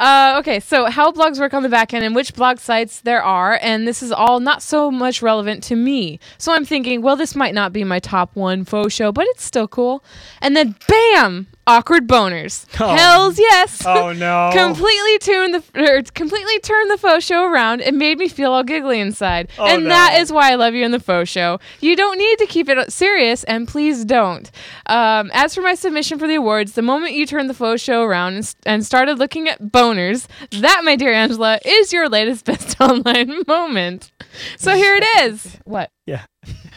Speaker 1: Uh, okay, so how blogs work on the back end and which blog sites there are, and this is all not so much relevant to me. So I'm thinking, well, this might not be my top one faux show, but it's still cool. And then, bam, awkward boners.
Speaker 2: Oh.
Speaker 1: Hell's yes.
Speaker 2: Oh, no.
Speaker 1: completely tuned the or completely turned the faux show around. It made me feel all giggly inside,
Speaker 16: Oh,
Speaker 1: and
Speaker 16: no.
Speaker 1: that is why I love you in the faux show. You don't need to keep it serious, and please don't. Um, as for my submission for the awards, the moment you turned the faux show around and, s- and started looking at boners, that, my dear Angela, is your latest best online moment. So here it is. What?
Speaker 2: Yeah,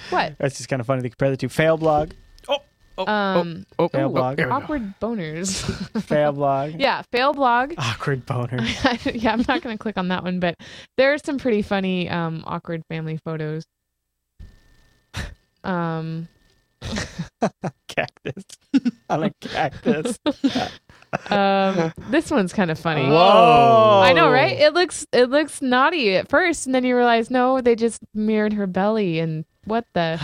Speaker 1: What?
Speaker 2: that's just kind of funny to compare the two. Fail blog,
Speaker 1: um,
Speaker 2: oh, fail
Speaker 1: ooh,
Speaker 2: blog.
Speaker 1: awkward boners.
Speaker 2: fail blog,
Speaker 1: yeah, fail blog.
Speaker 2: awkward boner.
Speaker 1: yeah, I'm not going to click on that one, but there are some pretty funny, um, awkward family photos. Um,
Speaker 2: cactus. I like cactus.
Speaker 1: um, this one's kind of funny.
Speaker 2: Whoa.
Speaker 1: I know, right? It looks it looks naughty at first, and then you realize no, they just mirrored her belly, and what the?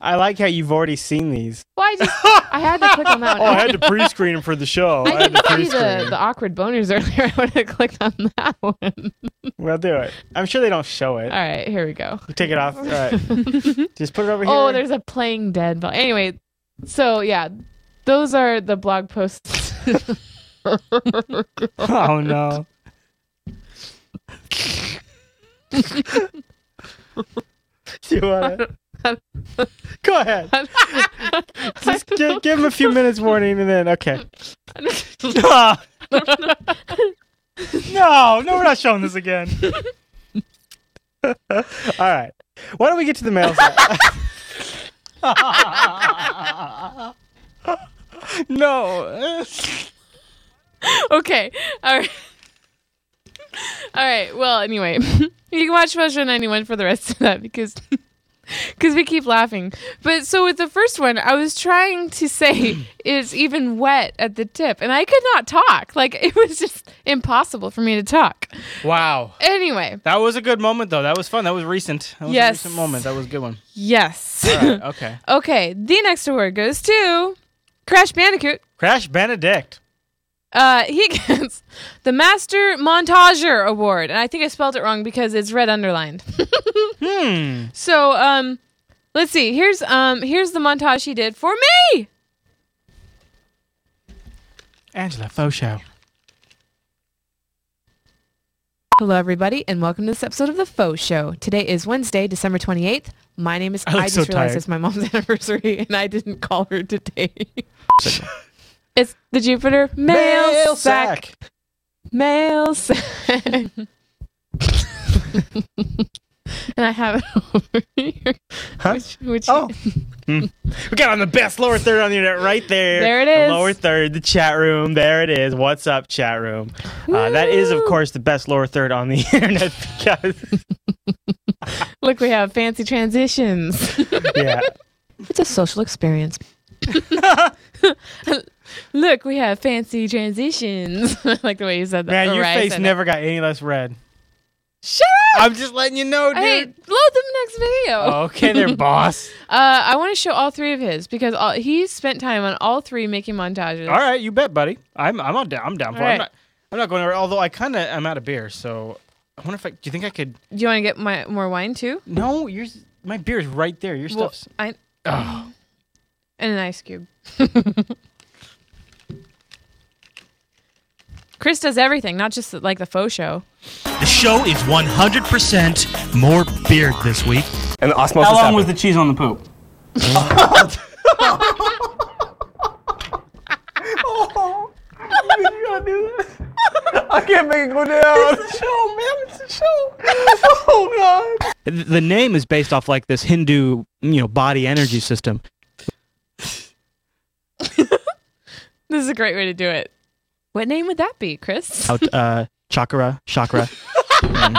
Speaker 2: I like how you've already seen these.
Speaker 1: Well, I just I had to click on that.
Speaker 2: Oh,
Speaker 1: one.
Speaker 2: I had to pre-screen them for the show. I,
Speaker 1: I
Speaker 2: had to
Speaker 1: didn't see the,
Speaker 2: pre-screen.
Speaker 1: the awkward boners earlier. I would have clicked on that one.
Speaker 2: We'll do it. I'm sure they don't show it.
Speaker 1: All right, here we go.
Speaker 2: Take it off. All right. Just put it over here.
Speaker 1: Oh, there's a playing dead. But anyway, so yeah, those are the blog posts.
Speaker 2: Oh no. you want
Speaker 1: it?
Speaker 2: Go ahead. Just give, give him a few minutes warning and then okay. Ah. no, no, we're not showing this again. All right. Why don't we get to the mail? slot? no.
Speaker 1: okay. All right. All right. Well, anyway, you can watch Fashion 91 for the rest of that because because we keep laughing. But so with the first one, I was trying to say it's even wet at the tip, and I could not talk. Like it was just impossible for me to talk.
Speaker 2: wow.
Speaker 1: Anyway,
Speaker 2: That was a good moment though. That was fun. That was recent. That was
Speaker 1: Yes.
Speaker 2: a recent moment. That was a good one.
Speaker 1: yes.
Speaker 2: All right. Okay.
Speaker 1: Okay, the next award goes to Crash Bandicoot.
Speaker 2: Crash Benedict.
Speaker 1: Uh, he gets the Master Montager Award, and I think I spelled it wrong because it's red underlined.
Speaker 2: hmm.
Speaker 1: So, um, let's see. Here's um, here's the montage he did for me.
Speaker 2: Angela Foshow.
Speaker 5: Hello, everybody, and welcome to this episode of The Faux Show. Today is Wednesday, December 28th. My name is.
Speaker 1: I look
Speaker 5: just
Speaker 1: so
Speaker 5: realized
Speaker 1: tired.
Speaker 5: it's my mom's anniversary, and I didn't call her today.
Speaker 1: It's the Jupiter Mail,
Speaker 5: Mail
Speaker 1: sack. Mail sack. and I have it over here.
Speaker 2: Huh?
Speaker 1: Which, which oh.
Speaker 2: We got on the best lower third on the internet right there.
Speaker 1: There it is.
Speaker 2: The lower third, the chat room. There it is. What's up, chat room? Uh, that is, of course, the best lower third on the internet because
Speaker 1: Look, we have fancy transitions.
Speaker 2: yeah.
Speaker 5: it's a social experience.
Speaker 1: Look, we have fancy transitions. I like the way you said that.
Speaker 2: Man,
Speaker 1: or
Speaker 2: your
Speaker 1: I
Speaker 2: face
Speaker 1: said
Speaker 2: never got any less red.
Speaker 1: Shut up!
Speaker 2: I'm just letting you know, dude.
Speaker 1: Hey, load the next video.
Speaker 2: Oh, Okay, there, boss.
Speaker 1: Uh, I want to show all three of his because all, he spent time on all three making montages.
Speaker 2: All right, you bet, buddy. I'm I'm on down. I'm down for it.
Speaker 1: All
Speaker 2: I'm
Speaker 1: right.
Speaker 2: not, I'm not going over. Although I kind of am out of beer, so I wonder if I. Do you think I could?
Speaker 1: Do you want to get my more wine too?
Speaker 2: No, yours. My beer's right there. Your
Speaker 1: Well,
Speaker 2: stuff's.
Speaker 1: I
Speaker 2: Ugh.
Speaker 1: and an ice cube. Chris does everything, not just like the faux show.
Speaker 4: The show is 100% more beard this week.
Speaker 16: And the osmosis.
Speaker 2: How long
Speaker 16: happened.
Speaker 2: was the cheese on the poop?
Speaker 16: I can't make it go down. It's a show, man. It's a show. Oh god.
Speaker 4: Th- The name is based off like this Hindu, you know, body energy system.
Speaker 1: This is a great way to do it. What name would that be, Chris?
Speaker 4: Out uh, chakra, chakra, Um,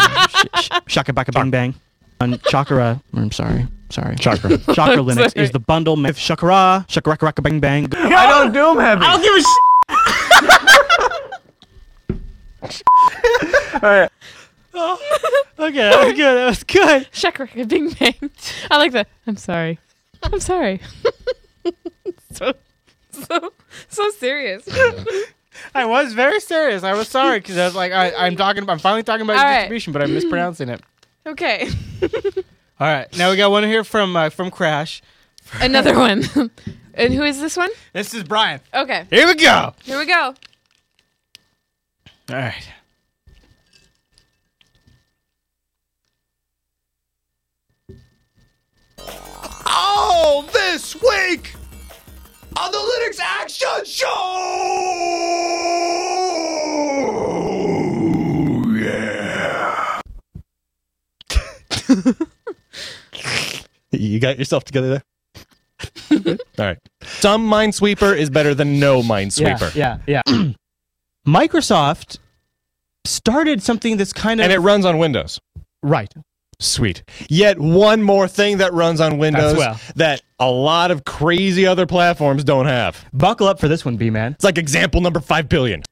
Speaker 4: shaka baka bang bang. On chakra, I'm sorry, sorry. Chakra, chakra
Speaker 16: I'm
Speaker 4: Linux
Speaker 16: sorry.
Speaker 4: is the bundle. ma- If chakra, shaka raka raka bang bang.
Speaker 16: I don't doom heavy. I don't give a shit.
Speaker 4: All right. Oh, okay, that was good. That was good.
Speaker 1: Shuckrack, Bing Bang. I like that. I'm sorry. I'm sorry. so, so, so serious.
Speaker 2: I was very serious. I was sorry because I was like, I, I'm talking. I'm finally talking about
Speaker 1: All right.
Speaker 2: distribution, but I'm mispronouncing it.
Speaker 1: Okay.
Speaker 2: All right, now we got one here from uh, from Crash.
Speaker 1: Another one. and who is this one?
Speaker 2: This is Brian.
Speaker 1: Okay.
Speaker 2: Here we go.
Speaker 1: Here we go.
Speaker 2: All right.
Speaker 3: Oh, this week on the Linux Action Show.
Speaker 9: You got yourself together there. All right. Some minesweeper is better than no minesweeper.
Speaker 4: Yeah, yeah. yeah. Microsoft started something that's kind of
Speaker 9: And it runs on Windows.
Speaker 4: Right.
Speaker 9: Sweet. Yet one more thing that runs on Windows
Speaker 4: well.
Speaker 9: that a lot of crazy other platforms don't have.
Speaker 4: Buckle up for this one, B man.
Speaker 9: It's like example number five billion.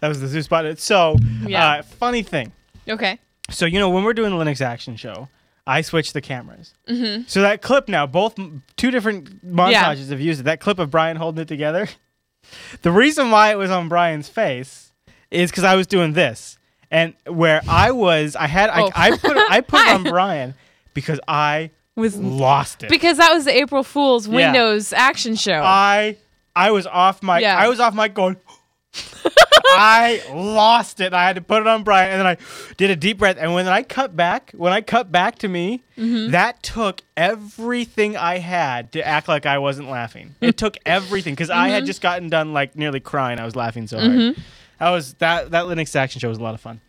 Speaker 2: That was the zoo spot. So, uh,
Speaker 1: Yeah.
Speaker 2: funny thing.
Speaker 1: Okay.
Speaker 2: So you know when we're doing the Linux Action Show, I switch the cameras.
Speaker 1: Mm-hmm.
Speaker 2: So that clip now, both m- two different
Speaker 1: Yeah.
Speaker 2: montages have used it. That clip of Brian holding it together. The reason why it was on Brian's face is because I was doing this, and where I was, I had
Speaker 1: Oh.
Speaker 2: I, I put I put it on Brian because I
Speaker 1: was
Speaker 2: lost it
Speaker 1: Because that was the April Fool's
Speaker 2: Yeah.
Speaker 1: Windows action show.
Speaker 2: I I was off my
Speaker 1: Yeah.
Speaker 2: I was off my going. I lost it. I had to put it on Brian, and then I did a deep breath. And when I cut back, when I cut back to me,
Speaker 1: Mm-hmm.
Speaker 16: Mhm.
Speaker 2: that took everything I had to act like I wasn't laughing.
Speaker 1: Mm-hmm.
Speaker 2: It took everything because I had
Speaker 16: Mhm.
Speaker 2: just gotten done like nearly crying. I was laughing so
Speaker 1: Mhm.
Speaker 2: hard. That was that that Linux action show was a lot of fun.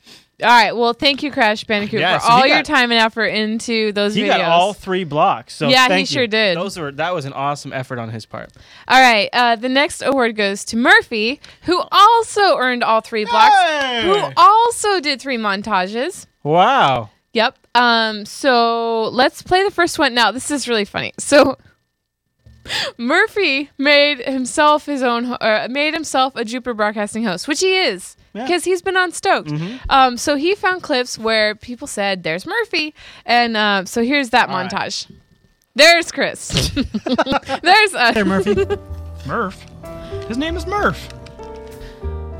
Speaker 1: all right. Well, thank you, Crash Bandicoot,
Speaker 2: Yeah,
Speaker 1: for
Speaker 2: so he
Speaker 1: all your
Speaker 2: got-
Speaker 1: time and effort into those
Speaker 2: He
Speaker 1: videos.
Speaker 2: got all three blocks. So
Speaker 1: Yeah, he
Speaker 2: thank you.
Speaker 1: sure did.
Speaker 2: Those were that was an awesome effort on his part.
Speaker 1: All right. Uh, the next award goes to Murphy, who also earned all three blocks, who also did three montages.
Speaker 2: Wow.
Speaker 1: Yep. Um, so let's play the first one now. This is really funny. So Murphy made himself his own, ho- uh, made himself a Jupiter Broadcasting host, which he is because he's been on Stoked.
Speaker 17: Mm-hmm.
Speaker 1: Um, so he found clips where people said, "There's Murphy," and uh, so here's that montage. There's Chris. There's uh,
Speaker 2: There, Murphy.
Speaker 17: Murph. His name is Murph.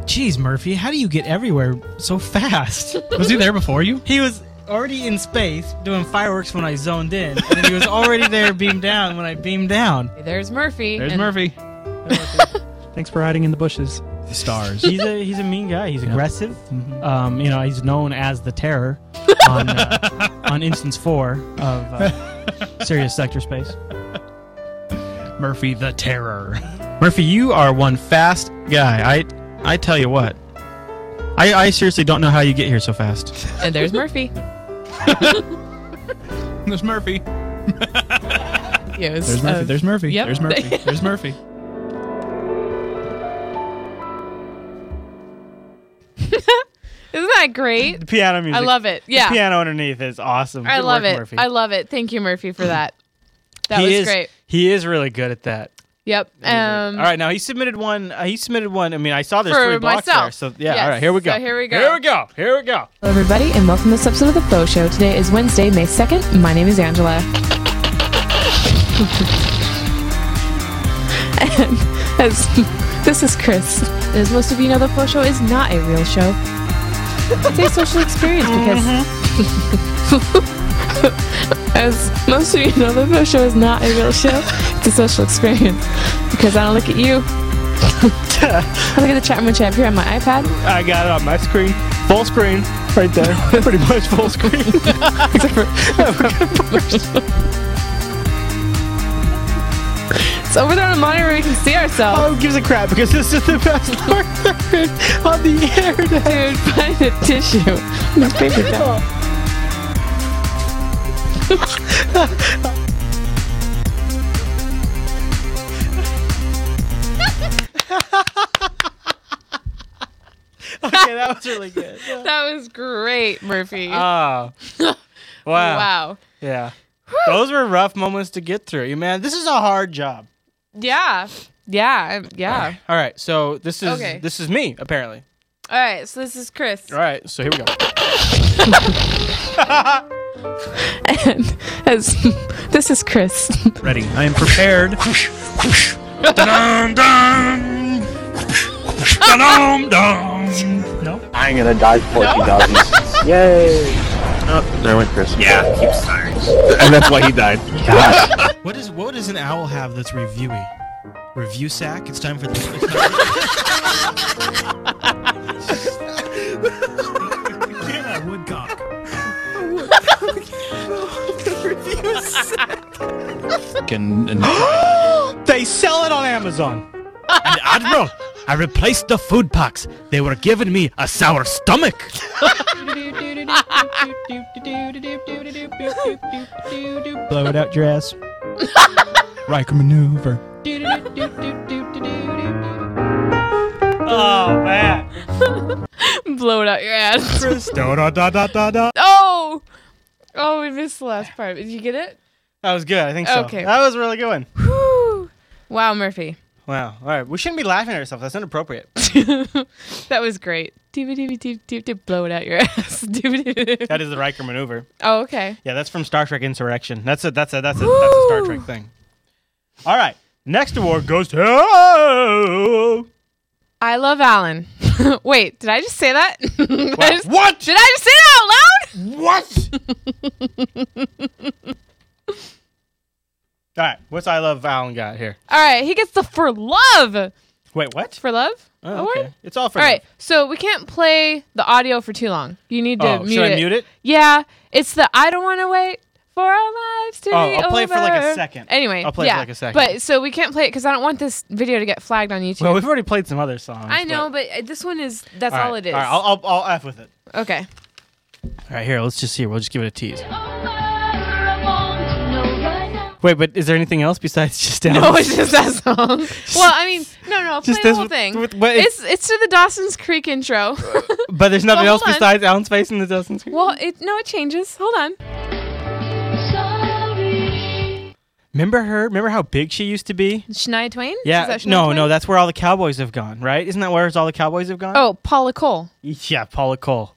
Speaker 16: Jeez, Murphy, how do you get everywhere so fast? Was he there before you?
Speaker 17: He was already in space doing fireworks when I zoned in, and he was already there beamed down when I beamed down.
Speaker 1: There's Murphy.
Speaker 17: There's
Speaker 1: and-
Speaker 17: Murphy.
Speaker 16: Thanks for hiding in the bushes. The stars.
Speaker 17: He's a he's a mean guy. He's aggressive.
Speaker 16: Mm-hmm.
Speaker 17: Um, you know, he's known as the Terror on uh, on instance four of uh, Sirius Sector Space.
Speaker 16: Murphy the Terror. Murphy, you are one fast guy. I I tell you what. I, I seriously don't know how you get here so fast.
Speaker 1: And there's Murphy.
Speaker 16: There's Murphy.
Speaker 1: Yeah, it's,
Speaker 16: There's Murphy.
Speaker 1: uh,
Speaker 16: there's Murphy.
Speaker 1: yep.
Speaker 16: There's Murphy. There's Murphy.
Speaker 1: Isn't that great?
Speaker 2: The piano music.
Speaker 1: I love it.
Speaker 2: The
Speaker 1: Yeah.
Speaker 2: piano underneath is awesome.
Speaker 1: I
Speaker 2: Good
Speaker 1: love
Speaker 2: work,
Speaker 1: it.
Speaker 2: Murphy.
Speaker 1: I love it. Thank you, Murphy, for that. That
Speaker 2: he
Speaker 1: was
Speaker 2: is,
Speaker 1: great.
Speaker 2: He is really good at that.
Speaker 1: Yep. Um,
Speaker 2: all right, now he submitted one. Uh, he submitted one. I mean, I saw there's
Speaker 1: For
Speaker 2: three blocks
Speaker 1: myself.
Speaker 2: there. So yeah,
Speaker 1: Yes.
Speaker 2: all right, here we go.
Speaker 1: So here we go.
Speaker 2: Here we go. Here we go.
Speaker 5: Hello, everybody, and welcome to this episode of The Faux Show. Today is Wednesday, May 2nd. My name is Angela. and as, this is Chris. And as most of you know, The Faux Show is not a real show, it's a social experience because. As most of you know, the Faux Show is not a real show. It's a social experience. Because I don't look at you. I look at the chat room chat here on my iPad.
Speaker 2: I got it on my screen, full screen.
Speaker 17: right there. Pretty much full screen. Except for
Speaker 1: It's over there on the monitor we can see ourselves.
Speaker 17: Oh, who gives a crap? Because this is the best lore nerd on the internet.
Speaker 1: Dude, find a tissue. No paper towel.
Speaker 2: okay, that was really good.
Speaker 1: that was great, Murphy.
Speaker 17: Uh,
Speaker 2: Oh. Wow.
Speaker 1: Wow.
Speaker 2: Yeah. Those were rough moments to get through. You man, this is a hard job.
Speaker 1: Yeah. Yeah. I'm- Yeah.
Speaker 2: All right. So this is
Speaker 1: Okay.
Speaker 2: this is me apparently.
Speaker 1: All right. So this is Chris.
Speaker 2: All right. So here we go.
Speaker 17: Oh.
Speaker 5: And as this is Chris.
Speaker 16: Ready. I am prepared.
Speaker 3: dun dun dun dun.
Speaker 14: I'm gonna die 14,000. Yay! Oh, there went Chris. Yeah, keep And that's why he died.
Speaker 16: What is what does an owl have that's reviewy? Review sack. It's time for the.
Speaker 3: Yeah, woodcock.
Speaker 15: And, and
Speaker 17: they sell it on Amazon.
Speaker 15: And Admiral, I replaced the food packs. They were giving me a sour stomach.
Speaker 17: Blow it out your ass. Riker maneuver.
Speaker 2: Oh man.
Speaker 1: Blow it out your ass.
Speaker 15: da da da da da da.
Speaker 1: Oh. Oh, we missed the last part. Did you get it?
Speaker 2: That was good. I think so.
Speaker 1: Okay.
Speaker 2: That was a really good one.
Speaker 1: Wow, Murphy.
Speaker 2: Wow. All right. We shouldn't be laughing at ourselves. That's inappropriate.
Speaker 1: That was great. Doop, doop, doop, doop, doop, Blow it out your ass. Doop, doop, doop.
Speaker 2: That is the Riker maneuver.
Speaker 1: Oh, okay.
Speaker 2: Yeah, that's from Star Trek Insurrection. That's a that's a that's a, that's a Star Trek thing. All right. Next award goes to
Speaker 1: I love Alan. Wait, did I just say that? Did I
Speaker 2: What?
Speaker 1: just- Did I just say that out loud?
Speaker 2: What? All right. What's I Love Alan got here?
Speaker 1: All right, he gets the for love.
Speaker 2: Wait, what?
Speaker 1: For love?
Speaker 2: Oh,
Speaker 1: award?
Speaker 2: okay. It's all for
Speaker 1: All right, so we can't play the audio for too long. You need to
Speaker 2: Oh,
Speaker 1: mute
Speaker 2: should I
Speaker 1: it.
Speaker 2: mute it?
Speaker 1: Yeah, it's the I don't want to wait for our lives to
Speaker 2: Oh,
Speaker 1: be
Speaker 2: I'll play it for like a
Speaker 1: over.
Speaker 2: second.
Speaker 1: Anyway,
Speaker 2: I'll play it for
Speaker 1: yeah.
Speaker 2: like a second.
Speaker 1: But so we can't play it because I don't want this video to get flagged on YouTube.
Speaker 2: Well, we've already played some other songs.
Speaker 1: I know, but, uh this one is that's all, it is.
Speaker 2: All right. I'll, I'll, I'll F with it.
Speaker 1: okay.
Speaker 2: All right. Here, let's just here. We'll just give it a tease. Wait, but is there anything else besides just Alan?
Speaker 1: No, it's just that song. Well, I mean, no, no, I'll play
Speaker 2: Just
Speaker 1: the
Speaker 2: this
Speaker 1: whole
Speaker 2: with-
Speaker 1: thing.
Speaker 2: with- but
Speaker 1: it's
Speaker 2: it's-
Speaker 1: it's to the Dawson's Creek intro.
Speaker 2: But there's nothing
Speaker 1: Well,
Speaker 2: else
Speaker 1: hold on.
Speaker 2: besides Alan's face in the Dustin's.
Speaker 1: well, it no, it changes. Hold on.
Speaker 2: Remember her? Remember how big she used to be?
Speaker 1: Shania Twain? Is
Speaker 2: Yeah.
Speaker 1: that Shania
Speaker 2: No,
Speaker 1: Twain?
Speaker 2: no, that's where all the cowboys have gone, right? Isn't that where all the cowboys have gone?
Speaker 1: Oh, Paula Cole.
Speaker 2: Yeah, Paula Cole.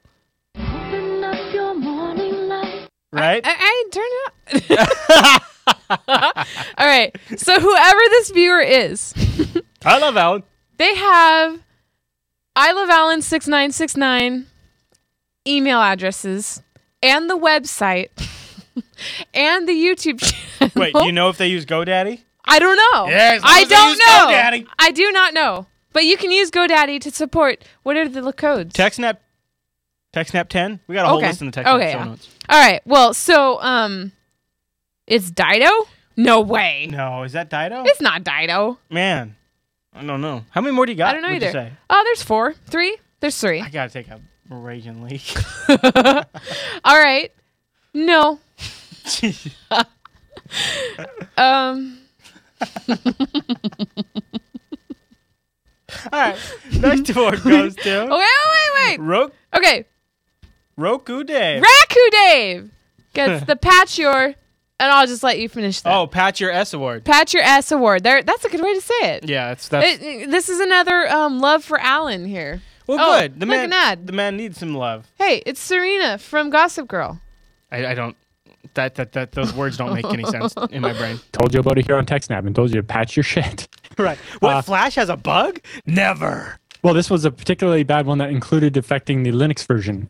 Speaker 2: Right?
Speaker 1: I, I turn it up. All right. So whoever this viewer is,
Speaker 2: I love Alan.
Speaker 1: they have I love Alan six nine six nine email addresses and the website and the YouTube channel.
Speaker 2: Wait, do you know if they use GoDaddy?
Speaker 1: I don't know.
Speaker 2: Yeah, as long
Speaker 1: I
Speaker 2: as they
Speaker 1: don't
Speaker 2: use
Speaker 1: know.
Speaker 2: GoDaddy.
Speaker 1: I do not know. But you can use GoDaddy to support. What are the l- codes?
Speaker 2: TechSnap, TechSnap 10. We got a whole list in the TechSnap
Speaker 1: okay,
Speaker 2: show
Speaker 1: yeah.
Speaker 2: notes.
Speaker 1: All right. Well, so um, it's Dido. No way.
Speaker 2: No, is that Dido?
Speaker 1: It's not Dido.
Speaker 2: Man, I don't know. How many more do you got?
Speaker 1: I don't know
Speaker 2: would
Speaker 1: either.
Speaker 2: You say?
Speaker 1: Oh, there's four, three. There's three.
Speaker 2: I gotta take a raging leak.
Speaker 1: All right. No. um.
Speaker 2: All right. Next award goes to
Speaker 1: Oh, wait, wait, wait.
Speaker 2: Ro-
Speaker 1: Okay.
Speaker 2: Roku Day.
Speaker 1: Raku Dave gets the patch your, and I'll just let you finish that.
Speaker 2: oh, Patch Your S award.
Speaker 1: Patch your ass award. There. That's a good way to say it.
Speaker 2: yeah, that's that's
Speaker 1: It- this is another um, love for Alan here.
Speaker 2: well
Speaker 1: Oh,
Speaker 2: good. The
Speaker 1: look
Speaker 2: man,
Speaker 1: at that.
Speaker 2: the man needs some love.
Speaker 1: Hey, it's Serena from Gossip Girl.
Speaker 2: I, I don't. That that that those words don't make any sense in my brain.
Speaker 18: Told you about it here on TechSnap and told you to patch your shit. Uh,
Speaker 2: Right. What Flash has a bug? Never.
Speaker 18: Well, this was a particularly bad one that included affecting the Linux version.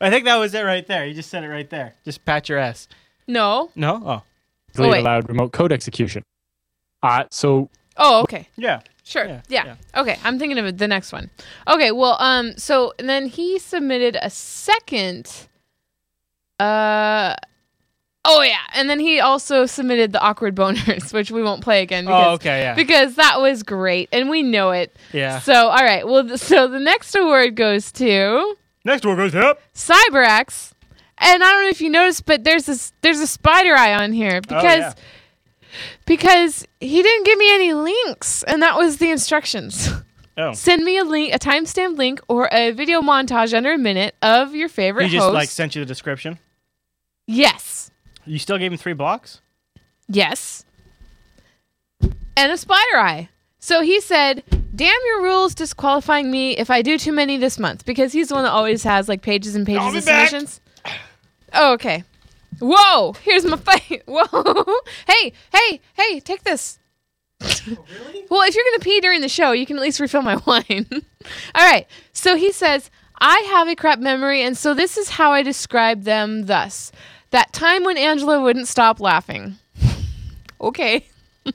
Speaker 2: I think that was it right there. You just said it right there. Just patch your ass.
Speaker 1: No.
Speaker 2: No. Oh.
Speaker 18: Legally
Speaker 1: wait.
Speaker 18: allowed remote code execution. Uh, so
Speaker 1: Oh, okay.
Speaker 2: Yeah.
Speaker 1: Sure. Yeah, Okay. I'm thinking of the next one. Okay. Well, um, so and then he submitted a second. Uh, oh yeah, and then he also submitted the awkward boners, which we won't play again.
Speaker 2: Oh,
Speaker 1: Because,
Speaker 2: okay, yeah.
Speaker 1: Because that was great, and we know it.
Speaker 2: Yeah.
Speaker 1: So all right. Well, th- so the next award goes to
Speaker 2: Next one goes up.
Speaker 1: Cyberax, and I don't know if you noticed, but there's this there's a spider eye on
Speaker 2: Oh,
Speaker 1: here because
Speaker 5: yeah.
Speaker 1: because he didn't give me any links, and that was the instructions.
Speaker 2: Oh.
Speaker 1: Send me a link, a timestamped link, or a video montage under a minute of your favorite
Speaker 2: He just
Speaker 1: host.
Speaker 2: like sent you the description.
Speaker 1: yes,
Speaker 2: You still gave him three blocks?
Speaker 1: yes, and a spider eye. So he said, "Damn your rules, disqualifying me if I do too many this month," because he's the one that always has like pages and pages
Speaker 5: I'll be
Speaker 1: of
Speaker 5: back.
Speaker 1: submissions. Oh, okay. Whoa! Here's my face. Whoa! hey, hey, hey! Take this. Well, if you're going to pee during the show, you can at least refill my wine. All right. So he says, I have a crap memory, and so this is how I describe them thus that time when Angela wouldn't stop laughing. okay. All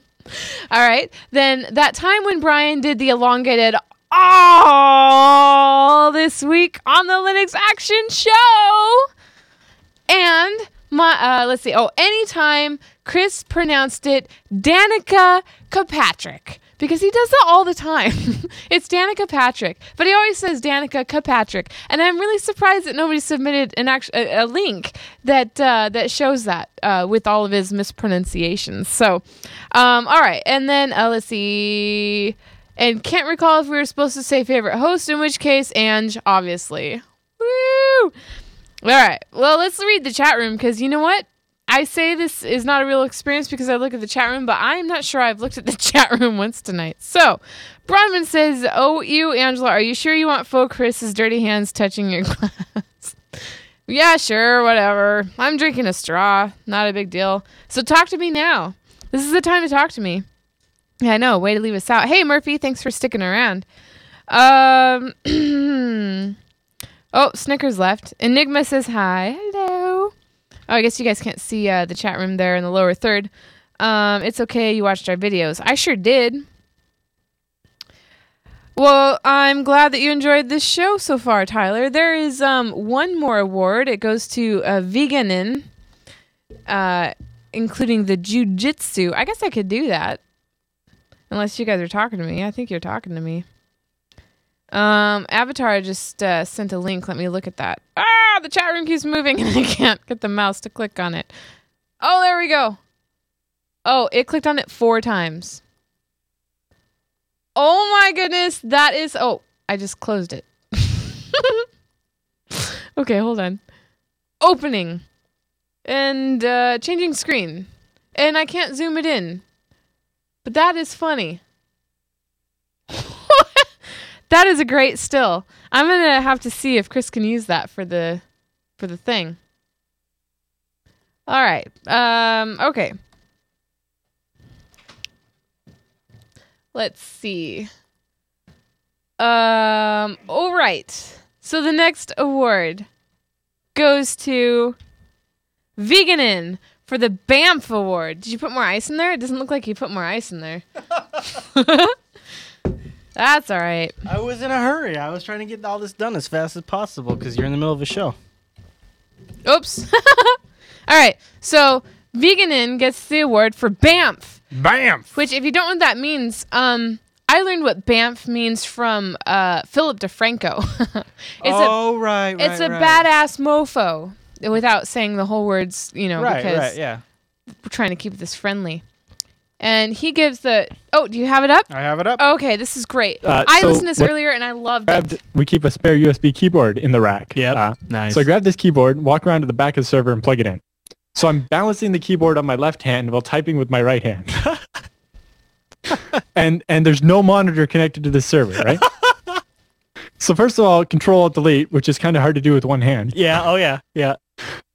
Speaker 1: right. Then that time when Brian did the elongated all this week on the Linux Action Show. And my uh, let's see. Oh, anytime Chris pronounced it Danica Kilpatrick because he does that all the time. it's Danica Patrick, but he always says Danica Kilpatrick, and I'm really surprised that nobody submitted an act- a, a link that uh, that shows that uh, with all of his mispronunciations. So, um, all right, and then uh, let's see. And can't recall if we were supposed to say favorite host, in which case, Ange, obviously. Woo! All right. Well, let's read the chat room because you know what? I say this is not a real experience because I look at the chat room, but I'm not sure I've looked at the chat room once tonight. So, Bronman says, Oh, you, Angela, are you sure you want faux Chris's dirty hands touching your glass? yeah, sure, whatever. I'm drinking a straw. Not a big deal. So, talk to me now. This is the time to talk to me. Yeah, I know. Way to leave us out. Hey, Murphy, thanks for sticking around. Um. Oh, Snickers left. Enigma says hi. Hello. Oh, I guess you guys can't see uh, the chat room there in the lower third. Um, it's okay. You watched our videos. I sure did. Well, I'm glad that you enjoyed this show so far, Tyler. There is um, one more award. It goes to uh, Veganin, uh, including the jujitsu. I guess I could do that, unless you guys are talking to me. I think you're talking to me. Um, Avatar just uh, sent a link. Let me look at that. Ah, the chat room keeps moving and I can't get the mouse to click on it. Oh, there we go. Oh, it clicked on it four times. Oh my goodness, that is. Oh, I just closed it. okay, hold on. Opening and uh, changing screen, and I can't zoom it in. But that is funny. That is a great still. I'm gonna have to see if Chris can use that for the for the thing. All right. Um, okay. Let's see. Um, all right. So the next award goes to Veganin for the Banff Award. Did you put more ice in there? It doesn't look like you put more ice in there. That's all right.
Speaker 2: I was in a hurry. I was trying to get all this done as fast as possible because you're in the middle of a show.
Speaker 1: Oops. All right. So Veganin gets the award for Banff.
Speaker 2: Banff.
Speaker 1: Which, if you don't know what that means, um, I learned what Banff means from uh, Philip DeFranco. it's
Speaker 2: Oh, right, right,
Speaker 1: It's a
Speaker 2: right.
Speaker 1: badass mofo without saying the whole words, you know,
Speaker 2: right,
Speaker 1: because
Speaker 2: right, yeah.
Speaker 1: we're trying to keep this friendly. And he gives the. Oh, do you have it up?
Speaker 2: I have it up.
Speaker 1: Okay, this is great.
Speaker 18: Uh,
Speaker 1: I
Speaker 18: so
Speaker 1: listened to this
Speaker 18: what-
Speaker 1: earlier and I loved it.
Speaker 18: grabbed, we keep a spare USB keyboard in the rack. Yeah.
Speaker 16: nice.
Speaker 18: So I grabbed this keyboard, walk around to the back of the server, and plug it in. So I'm balancing the keyboard on my left hand while typing with my right hand. and and there's no monitor connected to the server, right? so first of all, Control Alt Delete, which is kind of hard to do with one hand.
Speaker 2: Yeah. Oh, yeah.
Speaker 18: Yeah.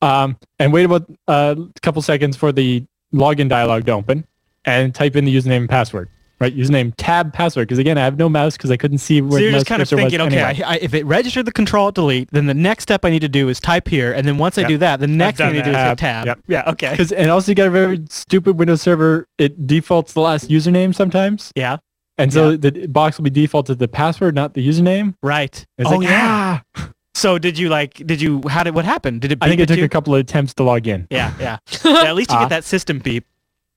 Speaker 18: Um, and wait about uh, a couple seconds for the login dialog to open and type in the username and password. Right, username tab password because again I have no mouse because I couldn't see where
Speaker 16: So
Speaker 18: the
Speaker 16: you're
Speaker 18: mouse
Speaker 16: just kind of
Speaker 18: cursor was
Speaker 16: thinking, okay,
Speaker 18: anyway.
Speaker 16: I, I, if it registered the control alt delete, then the next step I need to do is type here, and then once I
Speaker 18: Yep.
Speaker 16: do that, the next thing I
Speaker 18: done
Speaker 16: need to do is
Speaker 18: that.
Speaker 16: hit tab.
Speaker 18: Yep.
Speaker 16: Yeah, okay.
Speaker 18: Because and also you got a very stupid Windows Server. It defaults the last username sometimes.
Speaker 16: Yeah.
Speaker 18: And so the box will be defaulted to the password, not the username.
Speaker 19: Right.
Speaker 18: It's
Speaker 19: oh
Speaker 18: like, "Ah!"
Speaker 19: yeah. So did you like? Did you? How did? What happened? Did it?
Speaker 18: I think
Speaker 19: beep
Speaker 18: it took
Speaker 19: you?
Speaker 18: a couple of attempts to log in.
Speaker 19: Yeah, yeah. Yeah, At least you
Speaker 18: Ah.
Speaker 19: get that system beep,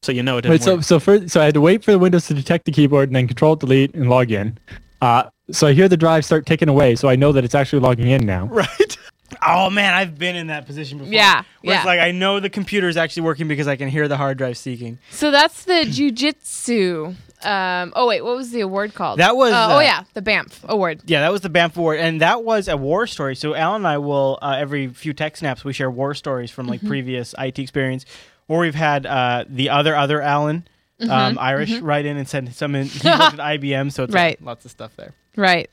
Speaker 19: so you know it
Speaker 18: Wait,
Speaker 19: didn't
Speaker 18: so
Speaker 19: work.
Speaker 18: so for, so I had to wait for the Windows to detect the keyboard and then Control Delete and log in. Uh, so I hear the drive start ticking away, so I know that it's actually logging in now.
Speaker 2: Right. Oh man, I've been in that position before.
Speaker 1: Yeah,
Speaker 2: Where
Speaker 1: yeah.
Speaker 2: It's like I know the computer is actually working because I can hear the hard drive seeking.
Speaker 1: So that's the jujitsu. Um, oh wait, what was the award called?
Speaker 2: That was,
Speaker 1: Uh,
Speaker 2: uh,
Speaker 1: oh yeah, the BAMF award.
Speaker 2: Yeah, that was the Banff Award, and that was a war story. So Alan and I will uh, every few tech snaps we share war stories from like
Speaker 1: Mm-hmm.
Speaker 15: Mhm.
Speaker 2: previous IT experience, or we've had uh, the other other Alan, um,
Speaker 1: Mhm,
Speaker 2: Irish,
Speaker 1: mhm.
Speaker 2: write in and send some in. He worked at IBM, so it's like,
Speaker 1: Right.
Speaker 2: lots of stuff there.
Speaker 1: Right.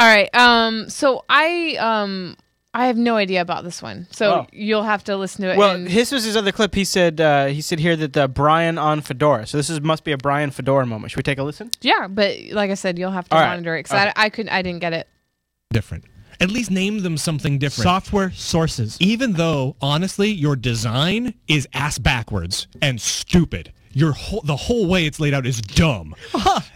Speaker 1: All right. Um, so I um, I have no idea about this one. So
Speaker 2: Oh.
Speaker 1: you'll have to listen to it.
Speaker 2: Well,
Speaker 1: and-
Speaker 2: this was his other clip. He said uh, he said here that the Brian on Fedora. So this is must be a Brian Fedora moment. Should we take a listen?
Speaker 1: yeah, but like I said, you'll have to
Speaker 2: All right.
Speaker 1: monitor it because
Speaker 2: Okay.
Speaker 1: I, I could I didn't get it.
Speaker 9: different. At least name them something different.
Speaker 16: Software sources.
Speaker 9: Even though, honestly, your design is ass backwards and stupid. Your whole, the whole way it's laid out is dumb.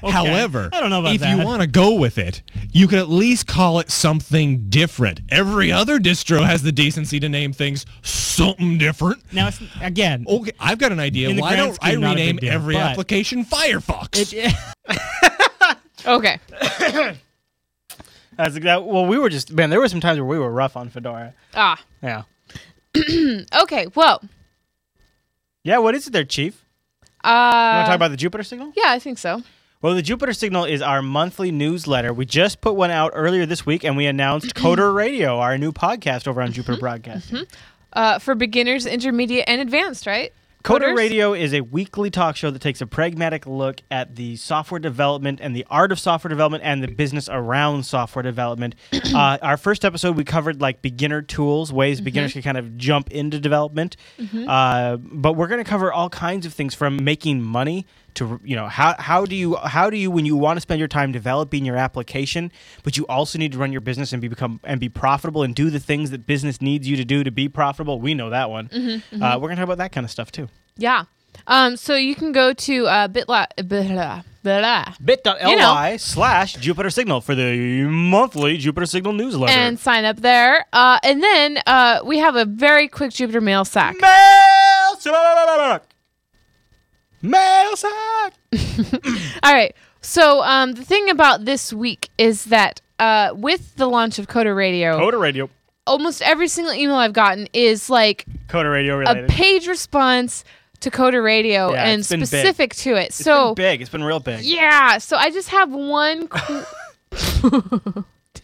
Speaker 9: However,
Speaker 15: I don't know about
Speaker 9: if
Speaker 15: that.
Speaker 9: you want to go with it, you could at least call it something different. Every other distro has the decency to name things something different.
Speaker 15: Now, it's, again,
Speaker 9: okay, I've got an idea.
Speaker 15: in the
Speaker 9: Why
Speaker 15: grand
Speaker 9: don't I
Speaker 15: scheme, not a big
Speaker 9: rename
Speaker 15: deal,
Speaker 9: every
Speaker 15: but-
Speaker 9: application Firefox?
Speaker 1: Okay.
Speaker 2: As that, well, we were just man. There were some times where we were rough on Fedora.
Speaker 1: Ah.
Speaker 2: Yeah.
Speaker 1: okay. Well.
Speaker 2: Yeah. What is it there, Chief?
Speaker 1: Uh,
Speaker 2: you want to talk about the Jupiter signal?
Speaker 1: Yeah, I think so.
Speaker 2: Well, the Jupiter Signal is our monthly newsletter. We just put one out earlier this week, and we announced Coder Radio, our new podcast over on Jupiter Broadcast.
Speaker 1: Uh, for beginners, intermediate, and advanced, right?
Speaker 2: Coder
Speaker 1: Coders?
Speaker 2: Radio is a weekly talk show that takes a pragmatic look at the software development and the art of software development and the business around software development. uh, our first episode, we covered like beginner tools, ways beginners
Speaker 15: Mhm.
Speaker 2: can kind of jump into development.
Speaker 15: Mhm.
Speaker 2: Uh, but we're going to cover all kinds of things from making money to you know how how do you how do you when you want to spend your time developing your application, but you also need to run your business and be become and be profitable and do the things that business needs you to do to be profitable. We know that one.
Speaker 1: Mhm,
Speaker 2: Uh,
Speaker 1: mhm.
Speaker 2: we're going to talk about that kind of stuff too.
Speaker 1: Yeah. Um, so you can go to uh, bitla blah, blah,
Speaker 2: bit.ly
Speaker 1: You know.
Speaker 2: slash Jupiter Signal for the monthly Jupiter Signal newsletter.
Speaker 1: and sign up there. Uh, and then uh, we have a very quick Jupiter mail sack.
Speaker 2: Mail sack. Mail sack.
Speaker 1: All right. So um, the thing about this week is that uh, with the launch of Coda Radio,
Speaker 2: Coda Radio.
Speaker 1: almost every single email I've gotten is like
Speaker 2: Coda Radio related.
Speaker 1: a page response to Coda Radio
Speaker 2: Yeah,
Speaker 1: and
Speaker 2: it's been big.
Speaker 1: specific to it.
Speaker 2: It's
Speaker 1: so
Speaker 2: been big. It's been real big.
Speaker 1: yeah. So I just have one. qu-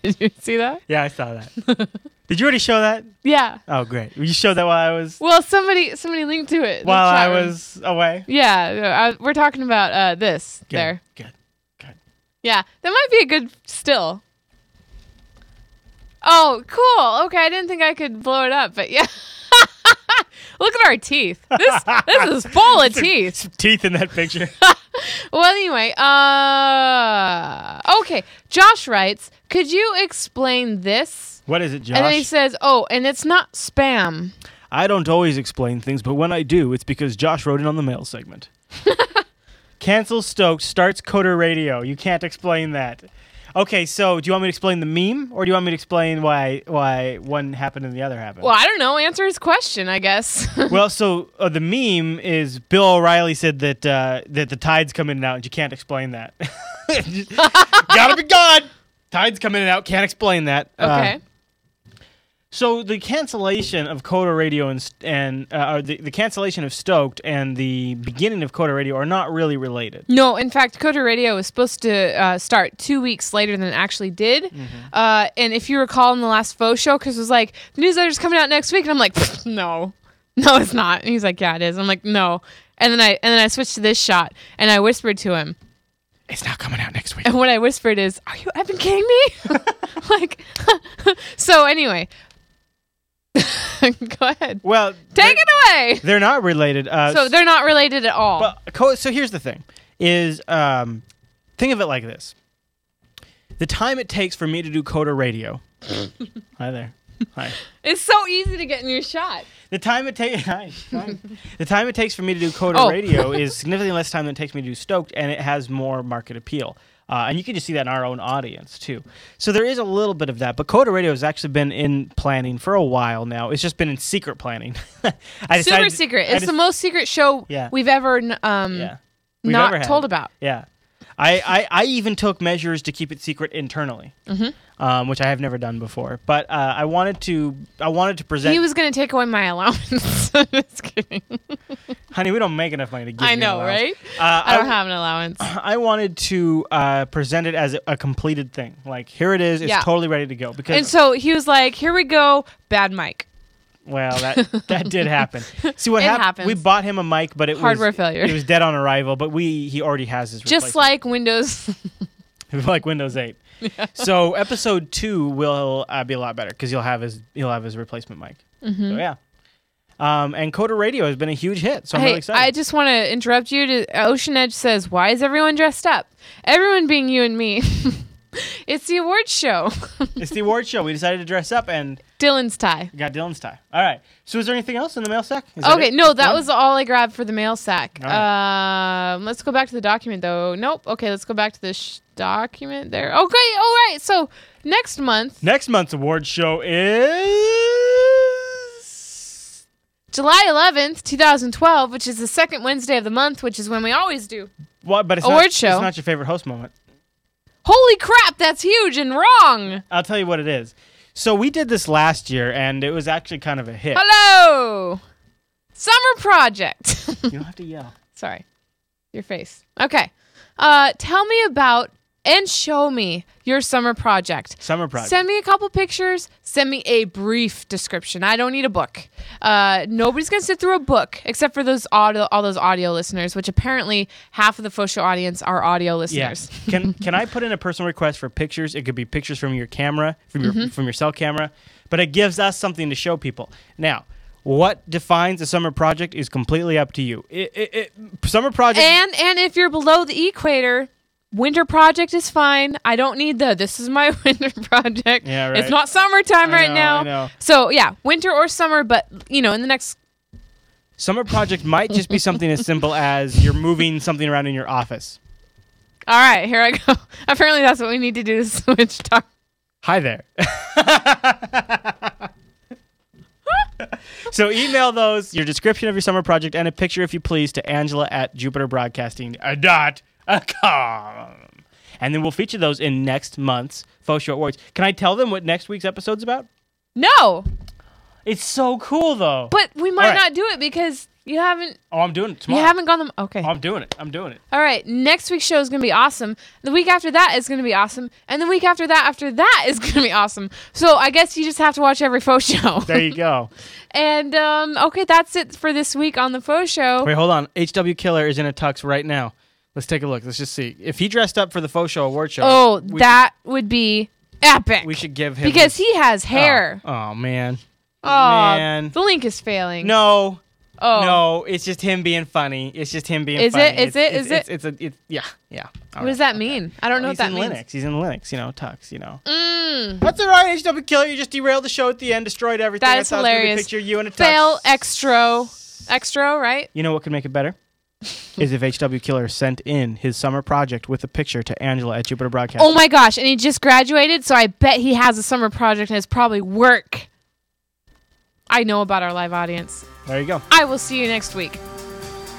Speaker 1: Did you see that?
Speaker 2: Yeah, I saw that. Did you already show that?
Speaker 1: yeah.
Speaker 2: Oh, great. You showed that while I was
Speaker 1: Well, somebody somebody linked to it. in the
Speaker 2: while I
Speaker 1: chat room.
Speaker 2: was away.
Speaker 1: Yeah, no, I, we're talking about uh, this
Speaker 2: Good,
Speaker 1: there.
Speaker 2: Good. Good.
Speaker 1: Yeah, that might be a good still. Oh, cool. Okay, I didn't think I could blow it up, but yeah. Look at our teeth. This this is full of teeth.
Speaker 2: Some teeth in that picture.
Speaker 1: Well, anyway, uh okay. Josh writes, "Could you explain this?"
Speaker 2: what is it, Josh?
Speaker 1: And then he says, "Oh, and it's not spam."
Speaker 2: I don't always explain things, but when I do, it's because Josh wrote it on the mail segment. Cancel Stokes starts Coder Radio. You can't explain that. Okay, so do you want me to explain the meme, or do you want me to explain why why one happened and the other happened?
Speaker 1: Well, I don't know. Answer his question, I guess.
Speaker 2: well, so uh, the meme is Bill O'Reilly said that uh, that the tides come in and out, and you can't explain that. Just- gotta be God. Tides come in and out. Can't explain that. Uh,
Speaker 15: Okay.
Speaker 2: so the cancellation of Coda Radio and St- and uh, or the, the cancellation of Stoked and the beginning of Coda Radio are not really related.
Speaker 1: No, in fact, Coda Radio was supposed to uh, start two weeks later than it actually did. Uh, and if you recall in the last faux show, Chris was like, the newsletter's coming out next week. And I'm like, "Pfft, no, no, it's not. And he's like, yeah, it is. I'm like, no. And then I and then I switched to this shot and I whispered to him.
Speaker 2: It's not coming out next week.
Speaker 1: And what I whispered is, are you I've been kidding me? like, so anyway, go ahead.
Speaker 2: Well,
Speaker 1: take it away.
Speaker 2: They're not related. Uh,
Speaker 1: so they're not related at all.
Speaker 2: But co- so here's the thing: is um, think of it like this. The time it takes for me to do Coda Radio. Hi there. Hi.
Speaker 1: it's so easy to get in your shot.
Speaker 2: The time it takes the time it takes for me to do Coda
Speaker 15: Oh.
Speaker 2: Radio is significantly less time than it takes me to do Stoked, and it has more market appeal. Uh, and you can just see that in our own audience too. So there is a little bit of that, but Coda Radio has actually been in planning for a while now. It's just been in secret planning. I
Speaker 1: Super
Speaker 2: decided-
Speaker 1: secret.
Speaker 2: I
Speaker 1: It's the
Speaker 2: des-
Speaker 1: most secret show
Speaker 2: Yeah.
Speaker 1: we've ever n- um
Speaker 2: we've
Speaker 1: not
Speaker 2: ever had.
Speaker 1: told about.
Speaker 2: Yeah, I, I I even took measures to keep it secret internally,
Speaker 1: Mhm.
Speaker 2: um, which I have never done before. But uh, I wanted to I wanted to present.
Speaker 1: He was going to take away my allowance. I'm Just kidding.
Speaker 2: honey, we don't make enough money to give.
Speaker 1: I
Speaker 2: you an
Speaker 1: know,
Speaker 2: allowance.
Speaker 1: right?
Speaker 2: Uh,
Speaker 1: I don't
Speaker 2: I-
Speaker 1: have an allowance.
Speaker 2: I wanted to uh, present it as a completed thing. Like here it is. It's
Speaker 1: Yeah.
Speaker 2: totally ready to go. Because
Speaker 1: And so he was like, "Here we go, bad mic."
Speaker 2: well, that that did happen. See what
Speaker 1: It
Speaker 2: hap-
Speaker 1: happens.
Speaker 2: We bought him a mic, but it was-
Speaker 1: Hardware failure.
Speaker 2: It was dead on arrival. But we he already has his
Speaker 1: Just like Windows.
Speaker 2: like Windows 8. So episode two will uh, be a lot better because you'll have his he'll have his replacement mic.
Speaker 1: Mhm.
Speaker 2: So yeah, um, and Coda Radio has been a huge hit, so I'm
Speaker 1: hey,
Speaker 2: really excited.
Speaker 1: I just want to interrupt you. To Ocean Edge says, "Why is everyone dressed up? Everyone being you and me. it's the awards show.
Speaker 2: it's the award show. We decided to dress up and
Speaker 1: Dylan's tie.
Speaker 2: got Dylan's tie. All right. So is there anything else in the mail sack? Is that
Speaker 1: Okay,
Speaker 2: it?
Speaker 1: no, that
Speaker 2: One?
Speaker 1: was all I grabbed for the mail sack.
Speaker 2: All
Speaker 1: Um, let's go back to the document though. Nope. Okay, let's go back to this sh- document there. Okay, all right. So next month,
Speaker 2: Next month's award show is
Speaker 1: July 11th, 2012, which is the second Wednesday of the month, which is when we always do.
Speaker 2: what? But it's
Speaker 1: Award
Speaker 2: not,
Speaker 1: show.
Speaker 2: It's not your favorite host moment.
Speaker 1: Holy crap, that's huge and wrong.
Speaker 2: I'll tell you what it is. So we did this last year, and it was actually kind of a hit.
Speaker 1: Hello. Summer project.
Speaker 2: you don't have to yell.
Speaker 1: Sorry. Your face. Okay. Uh, tell me about and show me your summer project.
Speaker 2: Summer project.
Speaker 1: Send me a couple pictures. Send me a brief description. I don't need a book. Uh, nobody's gonna sit through a book except for those audio, all those audio listeners, which apparently half of the Faux Show audience are audio listeners.
Speaker 2: Yeah. can can I put in a personal request for pictures? It could be pictures from your camera, from your
Speaker 1: Mhm.
Speaker 2: from your cell camera, but it gives us something to show people. Now, what defines a summer project is completely up to you. It, it, it, summer project
Speaker 1: And and if you're below the equator, winter project is fine. I don't need the this is my winter project.
Speaker 2: Yeah,
Speaker 1: It's
Speaker 2: right.
Speaker 1: not summertime
Speaker 2: I
Speaker 1: right
Speaker 2: know,
Speaker 1: now.
Speaker 2: I know.
Speaker 1: So yeah, winter or summer, but you know, in the next
Speaker 2: summer project might just be something as simple as you're moving something around in your office.
Speaker 1: all right, here I go. Apparently that's what we need to do to switch talk.
Speaker 2: Hi there. so email those your description of your summer project and a picture, if you please, to Angela at jupiterbroadcasting.com. And then we'll feature those in next month's Faux Show Awards. Can I tell them what next week's episode's about?
Speaker 1: No.
Speaker 2: It's so cool though.
Speaker 1: But we might
Speaker 2: All right.
Speaker 1: not do it because you haven't
Speaker 2: Oh, I'm doing it tomorrow.
Speaker 1: you haven't gone them okay.
Speaker 2: I'm doing it. I'm doing it.
Speaker 1: All right, next week's show is going to be awesome. The week after that is going to be awesome. And the week after that, after that is going to be awesome. So I guess you just have to watch every faux show.
Speaker 2: There you go.
Speaker 1: and um, okay, that's it for this week on the faux show.
Speaker 2: Wait, hold on. HW Killer is in a tux right now. Let's take a look. Let's just see. If he dressed up for the Faux Show Award Show.
Speaker 1: oh,
Speaker 2: we
Speaker 1: that would be epic.
Speaker 2: should- we should give him
Speaker 1: Because
Speaker 2: his-
Speaker 1: he has hair.
Speaker 2: Oh, oh, man.
Speaker 1: Oh,
Speaker 2: man.
Speaker 1: the link is failing.
Speaker 2: No.
Speaker 1: Oh.
Speaker 2: No, it's just him being funny. It's just him being
Speaker 1: Is it?
Speaker 2: funny.
Speaker 1: Is it?
Speaker 2: It's,
Speaker 1: Is
Speaker 2: it's,
Speaker 1: it?
Speaker 2: It's, it's a. It's, yeah. Yeah.
Speaker 1: What does that mean? I don't know
Speaker 2: he's
Speaker 1: what that
Speaker 2: in
Speaker 1: means.
Speaker 2: Linux. He's in Linux. You know, Tux. You know.
Speaker 1: Mm.
Speaker 2: That's all right, HW Killer. You just derailed the show at the end, destroyed everything.
Speaker 1: That
Speaker 2: I
Speaker 1: is
Speaker 2: thought it was gonna be
Speaker 1: hilarious.
Speaker 2: Picture you in a Tux.
Speaker 1: Fail extra. Extra, right?
Speaker 2: You know what could make it better? is if HW Killer sent in his summer project with a picture to Angela at Jupiter Broadcast.
Speaker 1: Oh my gosh, and he just graduated, so I bet he has a summer project and it's probably work. I know about our live audience.
Speaker 2: There you go.
Speaker 1: I will see you next week.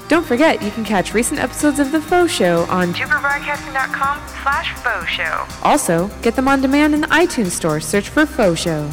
Speaker 5: Don't forget, you can catch recent episodes of The Faux Show on
Speaker 20: JupiterBroadcasting.com slash faux show.
Speaker 5: Also, get them on demand in the iTunes store. Search for Faux Show.